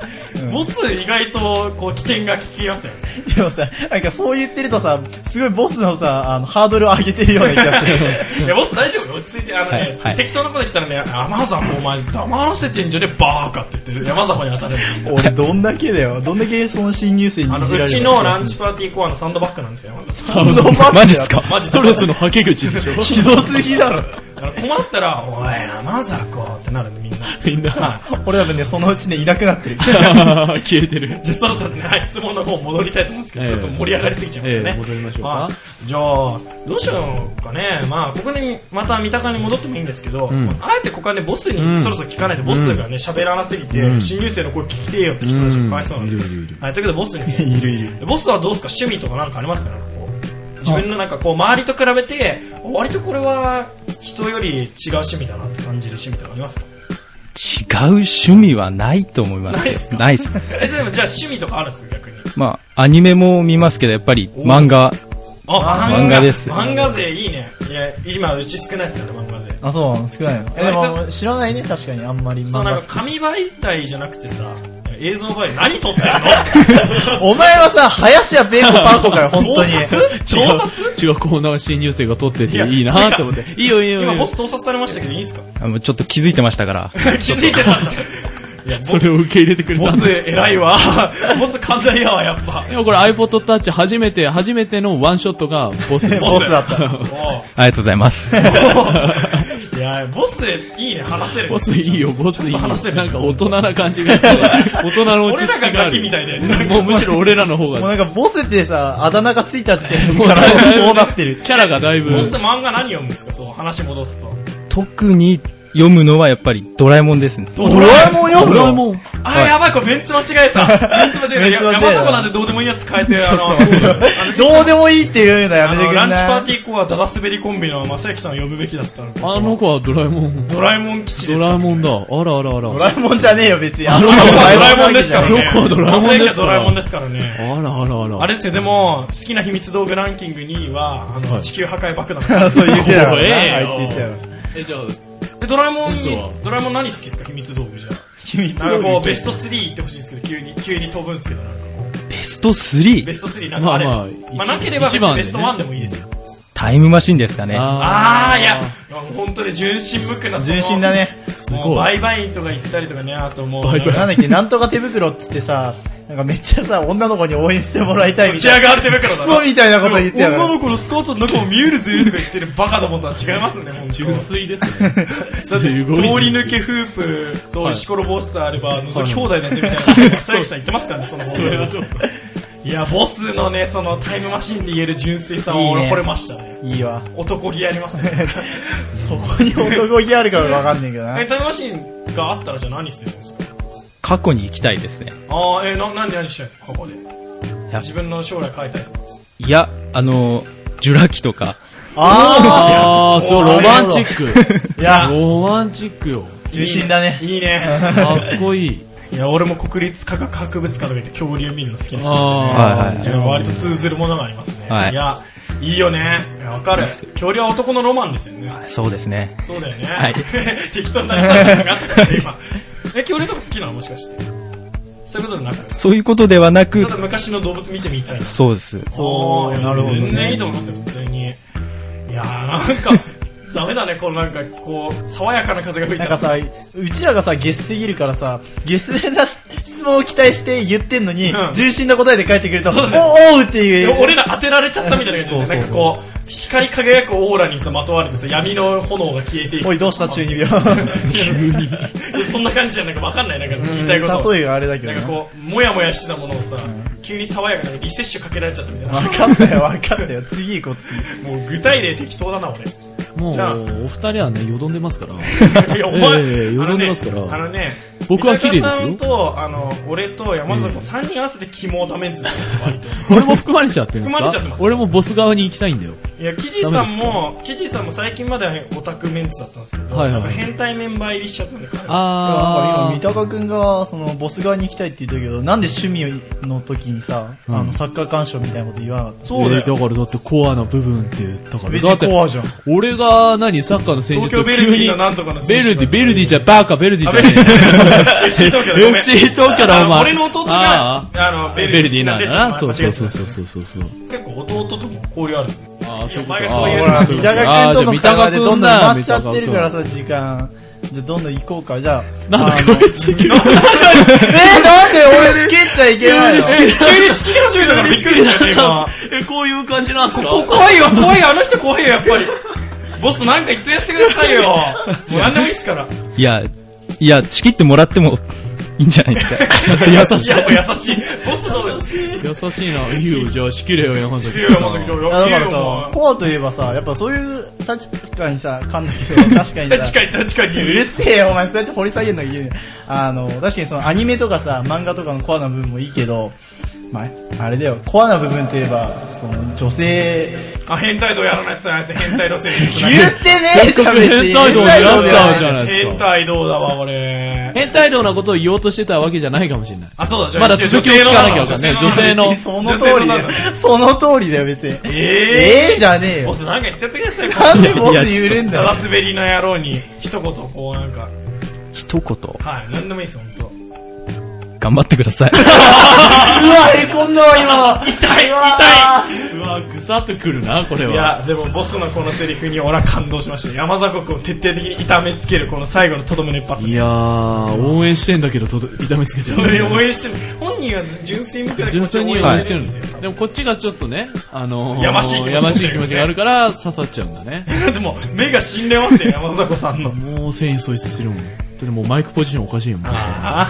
[SPEAKER 1] ボス意外と、こう、起点が利きますよね。
[SPEAKER 2] でもさ、なんかそう言ってるとさ、すごいボスのさ、あの、ハードルを上げてるような気がする。
[SPEAKER 1] いや、ボス大丈夫よ落ち着いて、あのね、
[SPEAKER 4] はいはい
[SPEAKER 1] 適当なこと言ったらね、山沢もお前黙らせてんじゃねえ、バーカって言って、山沢に当たる。
[SPEAKER 2] 俺どんだけだよ。どんだけその新入生にいじ
[SPEAKER 1] あ
[SPEAKER 2] られ
[SPEAKER 1] の、
[SPEAKER 2] る
[SPEAKER 1] うちのランチパーティーコアのサンドバッグなんですよ、山沢さん。
[SPEAKER 3] マ
[SPEAKER 2] マ
[SPEAKER 4] マ
[SPEAKER 2] ジっ
[SPEAKER 4] ジっ
[SPEAKER 2] す
[SPEAKER 4] す
[SPEAKER 2] か
[SPEAKER 4] か
[SPEAKER 1] マジ
[SPEAKER 3] ストレスのはけ口でしょ
[SPEAKER 2] ひどすぎだろ。
[SPEAKER 1] だから困ったら「おい山坂」ってなるんでみんな
[SPEAKER 3] みんな、
[SPEAKER 2] 俺多分ね、そのうちね、いなくなってる。
[SPEAKER 3] 消えてる。
[SPEAKER 1] じゃあそろそろね、はい質問の方戻りたいと思うんですけど、ちょっと盛り上がりすぎちゃいましたね。
[SPEAKER 3] ええ戻りましょうか
[SPEAKER 1] はいじゃあ、どうしようかね。まあ、ここでまた三鷹に戻ってもいいんですけど、
[SPEAKER 3] ん
[SPEAKER 1] まああえてここはね、ボス
[SPEAKER 3] う
[SPEAKER 1] に
[SPEAKER 3] ん
[SPEAKER 1] そろそろ聞かないと、ボスがね、喋らなすぎて、
[SPEAKER 3] うん
[SPEAKER 1] 新入生の声聞きてえよって人たちがかわいそうなんで。
[SPEAKER 3] うんいるいるいる
[SPEAKER 1] はい、ということでボス に。
[SPEAKER 2] いるいる。
[SPEAKER 1] ボスはどうですか趣味とかなんかありますかなんかこう自分のなんかこう、周りと比べて、割とこれは人より違う趣味だなって感じる趣味とかあり ますか
[SPEAKER 4] う趣味はないと思います。ないです。
[SPEAKER 1] え、じゃあでもじゃあ趣味とかあるんですか逆に。
[SPEAKER 4] まあ、アニメも見ますけど、やっぱり漫画、
[SPEAKER 1] あ、
[SPEAKER 4] 漫画です
[SPEAKER 1] 漫画勢いいね。いや、今うち少ないですからね、漫画勢。
[SPEAKER 2] あ、そうなの少ないの。え、でも、知らないね、確かに、あんまり
[SPEAKER 1] そう、
[SPEAKER 2] 漫
[SPEAKER 1] な
[SPEAKER 2] 画
[SPEAKER 1] ん
[SPEAKER 2] 好
[SPEAKER 1] か
[SPEAKER 2] き。
[SPEAKER 1] 紙媒体じゃなくてさ、映像媒体、何撮ってんの
[SPEAKER 2] お前はさ、林家ペーコパンコかよ、本当に。
[SPEAKER 1] 盗撮
[SPEAKER 3] 違うコーナーは新入生が撮って
[SPEAKER 1] い
[SPEAKER 3] て
[SPEAKER 1] や
[SPEAKER 3] いいなと思って。いいよいいよいい
[SPEAKER 1] 今ボ
[SPEAKER 3] よ
[SPEAKER 1] ス。盗撮されましたけどいいんすか
[SPEAKER 4] あのちょっと気づいてましたから、
[SPEAKER 1] 気づいてたんだ。いや、ボ
[SPEAKER 3] それを受け入れてくれ
[SPEAKER 1] ボ
[SPEAKER 3] たん
[SPEAKER 1] ス
[SPEAKER 3] だ。
[SPEAKER 1] 偉いわ。 ボス寛大やわ、やっぱ。
[SPEAKER 3] でもこれ iPod Touch 初めて、初めてのワンショットがボスです。
[SPEAKER 2] ボスだった。
[SPEAKER 1] お
[SPEAKER 4] ありがとうござい ます。
[SPEAKER 1] ういや、ボスいいね、話せる。
[SPEAKER 3] ボスいいよ、ボスいいよ。
[SPEAKER 1] 話せる
[SPEAKER 3] なんか大人な感じ がする。大人の落
[SPEAKER 1] 俺
[SPEAKER 3] ち
[SPEAKER 1] ら
[SPEAKER 3] 着きがあ
[SPEAKER 1] が
[SPEAKER 3] る。
[SPEAKER 1] ガキみたいで。なんか
[SPEAKER 3] もうむしろ俺らの方
[SPEAKER 2] もう
[SPEAKER 3] が。
[SPEAKER 2] なんか、ボスってさ、あだ名がついた時点で、
[SPEAKER 3] う
[SPEAKER 2] から
[SPEAKER 3] だいぶ
[SPEAKER 2] そうなってる。
[SPEAKER 3] キャラがだいぶ。
[SPEAKER 1] ボス漫画何読むんですかそう、話戻すと。
[SPEAKER 4] 特に読むのはやっぱりドラえもんですね。
[SPEAKER 2] ドラえもん読む
[SPEAKER 3] ドラえ
[SPEAKER 2] の
[SPEAKER 3] もん。
[SPEAKER 1] あ、やばい、これベンツ間違えた。ベンツ間違えた。
[SPEAKER 2] ベンツ間違え
[SPEAKER 1] 山
[SPEAKER 2] た
[SPEAKER 1] 迫なんてどうでもいいやつ変えて、あの、
[SPEAKER 2] どうでもいいって言うのや
[SPEAKER 1] あ
[SPEAKER 2] めて
[SPEAKER 1] の
[SPEAKER 2] くれ
[SPEAKER 1] ランチパ
[SPEAKER 2] な
[SPEAKER 1] ーティーコアダダ滑りコンビの正幸さんを呼ぶべきだったのか
[SPEAKER 3] あの子はドラえもん。
[SPEAKER 1] ドラえもん基地で
[SPEAKER 3] ド
[SPEAKER 1] すか
[SPEAKER 3] ラえもんだ。あらあらあら。
[SPEAKER 2] ドラえもんじゃねえよ、別に。あ
[SPEAKER 1] ド
[SPEAKER 2] の
[SPEAKER 1] ラえもんですからね
[SPEAKER 3] あの子はドラえもんですか
[SPEAKER 1] 正幸はド
[SPEAKER 3] ら
[SPEAKER 1] ラえもんですからね
[SPEAKER 3] あらあらあら。
[SPEAKER 1] あれですよでも好きな秘密道具ランキング2位はあ
[SPEAKER 3] は
[SPEAKER 1] の
[SPEAKER 3] い
[SPEAKER 1] 地球破壊爆弾
[SPEAKER 2] そう言ってたから
[SPEAKER 3] 怖え
[SPEAKER 2] な、
[SPEAKER 3] よ
[SPEAKER 2] あいつ言っちゃう。
[SPEAKER 3] え、じゃあ、
[SPEAKER 1] えドラえもんに
[SPEAKER 3] 嘘は
[SPEAKER 1] ドラえもん何好きですか秘密道具じゃあ
[SPEAKER 2] 秘密
[SPEAKER 1] なんかこうベス
[SPEAKER 2] ト。
[SPEAKER 1] ト3言ってほしいんですけど急に急に飛ぶんですけどなんかこ
[SPEAKER 4] ベスト
[SPEAKER 1] う
[SPEAKER 4] 3?
[SPEAKER 1] ベスト3なんかあれ
[SPEAKER 3] まあ
[SPEAKER 1] ま
[SPEAKER 3] まあ一
[SPEAKER 1] あなければ別
[SPEAKER 3] 一番
[SPEAKER 1] に
[SPEAKER 3] でね
[SPEAKER 1] ベスト1でもいいですよ
[SPEAKER 4] タイムマシンですかね。
[SPEAKER 1] あーいや本当に純真無垢なその
[SPEAKER 2] 純真だね。
[SPEAKER 3] す
[SPEAKER 1] もう
[SPEAKER 3] ご
[SPEAKER 1] バ
[SPEAKER 3] い。
[SPEAKER 1] イバイとか言ったりとかねあともう
[SPEAKER 3] バイバイ
[SPEAKER 2] なんだっけ、なんとか手袋っつってさ、なんかめっちゃさ、女の子に応援してもらいたいみ
[SPEAKER 1] 打ち
[SPEAKER 2] た
[SPEAKER 1] 上
[SPEAKER 2] いな。
[SPEAKER 1] がる手袋だ
[SPEAKER 2] ク
[SPEAKER 1] な
[SPEAKER 2] ソみたいなこと言ってや
[SPEAKER 1] 女
[SPEAKER 2] がる。
[SPEAKER 1] の子のスカートの中も見えるぜとか言ってるバカだもんとは違いますね、本当
[SPEAKER 3] 純粋です
[SPEAKER 1] だ
[SPEAKER 3] ね。
[SPEAKER 1] って、通り抜けフープと石ころボスさえあれば、あの、兄弟だぜみたいな、草木さん言ってますからね、その
[SPEAKER 3] それはどう
[SPEAKER 1] いや、ボスのね、そのタイムマシンで言える純粋さは俺
[SPEAKER 2] いいね
[SPEAKER 1] 惚れましたね。
[SPEAKER 2] いいわ。
[SPEAKER 1] 男気ありますね。
[SPEAKER 2] そこに男気あるかわかんねえけどな
[SPEAKER 1] え、。タイムマシンがあったらじゃあ何してるんですか
[SPEAKER 4] 過去に行きたいですね。
[SPEAKER 1] ああ、え、な、なんで何してるんですかここで。
[SPEAKER 4] や
[SPEAKER 1] 自分の将来変えたいとか。
[SPEAKER 4] いや、あの、ジュラ紀とか、
[SPEAKER 2] あ
[SPEAKER 3] あー、そう、ロマンチック。
[SPEAKER 2] ーいや、
[SPEAKER 3] ロマンチックよ。
[SPEAKER 2] 重心だね。
[SPEAKER 1] いいね。
[SPEAKER 3] かっこい い。
[SPEAKER 1] いや、俺も国立科学博物館とか行って恐竜見るの好きな人ですね。
[SPEAKER 3] あ
[SPEAKER 4] はい
[SPEAKER 1] じゃあ割と通ずるものがありますね、
[SPEAKER 4] はい
[SPEAKER 1] い、やいいよねいやわかる恐竜は男のロマンですよね
[SPEAKER 4] そうですね。
[SPEAKER 1] そうだよね、
[SPEAKER 4] はい
[SPEAKER 1] 適当になりそうなのがあったけど今え恐竜とか好きなのもしかしてそういうことでなくた
[SPEAKER 4] そういうことではなく、
[SPEAKER 1] だ昔の動物見てみたいな
[SPEAKER 4] そうです。
[SPEAKER 2] そう
[SPEAKER 1] あー
[SPEAKER 2] なるほどね
[SPEAKER 1] 全然いいと思いますよ普通にいやーなんかダメだねこのなんかこう爽やかな風が吹い
[SPEAKER 2] なん
[SPEAKER 1] ちゃ
[SPEAKER 2] か
[SPEAKER 1] う
[SPEAKER 2] さ、うちらがさ、ゲスすぎるからさ、ゲスな質問を期待して言ってんのに、
[SPEAKER 1] うん
[SPEAKER 2] 重心な答えで返ってくると、お
[SPEAKER 1] そうだね
[SPEAKER 2] おうって
[SPEAKER 1] い
[SPEAKER 2] い
[SPEAKER 1] や
[SPEAKER 2] う。
[SPEAKER 1] 俺ら当てられちゃったみたいな感じで、なんかこう光り輝くオーラにさまとわれてさ闇の炎が消えていく
[SPEAKER 2] おい、どうした中二病。
[SPEAKER 1] いやそんな感じじゃなんかわかんないなんか言いたいこと
[SPEAKER 2] 例えがあれだけど
[SPEAKER 1] なん
[SPEAKER 2] な
[SPEAKER 1] かこうもやもやしてたものをさ、急に爽やかにリセッシュかけられちゃったみたいな
[SPEAKER 2] わかった よ、わかったよ。次行こう、
[SPEAKER 1] もう具体例適当だな俺
[SPEAKER 3] ーも
[SPEAKER 1] じゃあ
[SPEAKER 3] う、お二人はね、よどんでますから。
[SPEAKER 1] いやお
[SPEAKER 3] ええええ
[SPEAKER 1] 前、あ
[SPEAKER 3] 喜
[SPEAKER 1] の
[SPEAKER 3] んで
[SPEAKER 1] ね
[SPEAKER 3] ますから
[SPEAKER 1] あのね
[SPEAKER 3] 僕は綺麗ですよ
[SPEAKER 1] 三鷹さんとあの俺と山里三人合わせて肝をダメンズだよ割と
[SPEAKER 3] 俺も含まれちゃってるんです
[SPEAKER 1] 含まれちゃっ
[SPEAKER 3] か
[SPEAKER 1] てます
[SPEAKER 3] 俺もボス側に行きたいんだよ。
[SPEAKER 1] いやキジさんもキジさんも最近まではオタクメンツだったんですけど、
[SPEAKER 3] はいはいはい
[SPEAKER 1] なんか変態メンバー入りしちゃったんで彼は
[SPEAKER 3] あ
[SPEAKER 2] 今、三鷹くんが、その、ボス側に行きたいって言ったけど、なんで趣味の時にさ、
[SPEAKER 3] うん
[SPEAKER 2] あの、サッカー鑑賞みたいなこと言わなかった
[SPEAKER 1] そうだよ
[SPEAKER 3] えーだからだってコアな部分って言ったから。
[SPEAKER 2] 別
[SPEAKER 3] だ
[SPEAKER 2] に
[SPEAKER 3] って
[SPEAKER 2] コアじゃん。
[SPEAKER 3] 俺が何サッカーの戦
[SPEAKER 1] 東
[SPEAKER 3] 術
[SPEAKER 1] 京
[SPEAKER 3] を
[SPEAKER 1] ベル
[SPEAKER 3] 急
[SPEAKER 1] ディ
[SPEAKER 3] に
[SPEAKER 1] のなんとかの選
[SPEAKER 3] ベ
[SPEAKER 1] 手
[SPEAKER 3] ルディ、ベルディじゃ、バーカ、ベルディじゃね
[SPEAKER 1] あ FC 東京だご
[SPEAKER 3] え。
[SPEAKER 1] めん
[SPEAKER 3] FC 東京だ、
[SPEAKER 1] あ
[SPEAKER 3] お
[SPEAKER 1] の
[SPEAKER 3] 前。
[SPEAKER 1] 俺の弟があのベ
[SPEAKER 3] ベ
[SPEAKER 1] ル
[SPEAKER 3] ル
[SPEAKER 1] デ
[SPEAKER 3] デ
[SPEAKER 1] ィ
[SPEAKER 3] ィ
[SPEAKER 1] な
[SPEAKER 3] なんん
[SPEAKER 1] で
[SPEAKER 3] だな。
[SPEAKER 1] ちょ
[SPEAKER 3] そ
[SPEAKER 1] っと
[SPEAKER 3] う
[SPEAKER 1] 間違
[SPEAKER 3] そ
[SPEAKER 1] え
[SPEAKER 3] う
[SPEAKER 1] て
[SPEAKER 3] そうそうそうそう。
[SPEAKER 1] 結構弟とも交 流ある
[SPEAKER 3] ああ、そ
[SPEAKER 1] い
[SPEAKER 3] ういうう
[SPEAKER 1] こ
[SPEAKER 3] こ
[SPEAKER 1] か
[SPEAKER 3] ととか。
[SPEAKER 1] そういう
[SPEAKER 2] ほ
[SPEAKER 1] あ
[SPEAKER 2] ら、
[SPEAKER 1] ー
[SPEAKER 2] 三
[SPEAKER 1] 三
[SPEAKER 2] 鷹くんとの会話でどんどん埋まっちゃ
[SPEAKER 3] 三
[SPEAKER 2] っ
[SPEAKER 3] 鷹
[SPEAKER 2] て
[SPEAKER 3] 君
[SPEAKER 2] るからさ、時間。じゃあ、どんどん行こうか。じゃあ、
[SPEAKER 3] なん
[SPEAKER 2] あ
[SPEAKER 3] だ
[SPEAKER 2] の
[SPEAKER 3] こいつ、急に。
[SPEAKER 2] えー、なんで俺仕切っちゃいけないの
[SPEAKER 1] 急に仕切り始めたからびっくりしちゃって今
[SPEAKER 3] え、こういう感じなんすか
[SPEAKER 1] こ怖いよ怖いよあの人怖いよやっぱりボスなんか言ってやってくださいよ。もう何でもいいっすから。
[SPEAKER 4] いや、いや、ちぎってもらってもいいんじゃない ですか。優しい。
[SPEAKER 1] やっぱ優しい。ボスの優しい。
[SPEAKER 3] 優しいな。いいよ、じゃあ、仕切れよ、山崎
[SPEAKER 1] 給料も上
[SPEAKER 2] いやだからさ
[SPEAKER 1] も、。
[SPEAKER 2] コアといえばさ、やっぱそういう立場にさ、かんだけど、確かに さ、
[SPEAKER 1] 確かに確か
[SPEAKER 2] う
[SPEAKER 1] に。
[SPEAKER 2] るせえよ、お前、そうやって掘り下げるのが言うね。あの、確かにそのアニメとかさ、漫画とかのコアな部分もいいけど、まあ、あれだよ、コアな部分といえば、その、女性、
[SPEAKER 1] あ、変態度やらないやつやないやつ変態路線に行く
[SPEAKER 2] 言
[SPEAKER 1] な
[SPEAKER 2] ってねえじゃん、別に。
[SPEAKER 3] 変態道になっちゃうじゃないです
[SPEAKER 1] 変
[SPEAKER 3] か。
[SPEAKER 1] 態道だわ、俺。
[SPEAKER 3] 変態道なことを言おうとしてたわけじゃないかもしれない。
[SPEAKER 1] あ、そうだ、じゃあ
[SPEAKER 3] まだ続きを聞かなきゃわかんない。女性の。
[SPEAKER 2] その通りだよ
[SPEAKER 1] 女性。
[SPEAKER 2] その通りだよ、別に。
[SPEAKER 1] えー
[SPEAKER 2] えーじゃねえ
[SPEAKER 1] ボ
[SPEAKER 2] よ。
[SPEAKER 1] スなんか言ってやってくださいよ、
[SPEAKER 2] なんで
[SPEAKER 1] こ
[SPEAKER 2] ボス言えるん
[SPEAKER 1] の
[SPEAKER 2] だ
[SPEAKER 1] ダ
[SPEAKER 2] よ
[SPEAKER 1] ラ。スベリの野郎に、一言、こうなんか、
[SPEAKER 4] 一言、
[SPEAKER 1] はい、なんでもいいですよ、ほんと。
[SPEAKER 4] 頑張ってください。
[SPEAKER 2] うわ、へこんだわ、今の。痛いわ
[SPEAKER 3] うわ、ぐさっとくるな、これ
[SPEAKER 1] い。や、でもボスのこのセリフに俺は感動しました。山里君を徹底的に痛めつける、この最後のとどめの一発。
[SPEAKER 3] いやー、応援してんだけど、とど痛めつけて
[SPEAKER 1] それ
[SPEAKER 3] る。
[SPEAKER 1] 応援してる。本人は純粋無垢で
[SPEAKER 3] 純粋に応
[SPEAKER 1] 応
[SPEAKER 3] 援
[SPEAKER 1] 援
[SPEAKER 3] して
[SPEAKER 1] て
[SPEAKER 3] る
[SPEAKER 1] る
[SPEAKER 3] ん
[SPEAKER 1] ん
[SPEAKER 3] で
[SPEAKER 1] ですすよ。
[SPEAKER 3] よ。でもこっちがちょっとね、あのー、
[SPEAKER 1] やましい気持ち
[SPEAKER 3] やましい気持ちがあるから刺さっちゃうん だね。
[SPEAKER 1] でも、目が死んでますよ、山里さんの。
[SPEAKER 3] もう繊維喪失してるもん。だってもうマイクポジションおかしいもん。
[SPEAKER 1] あ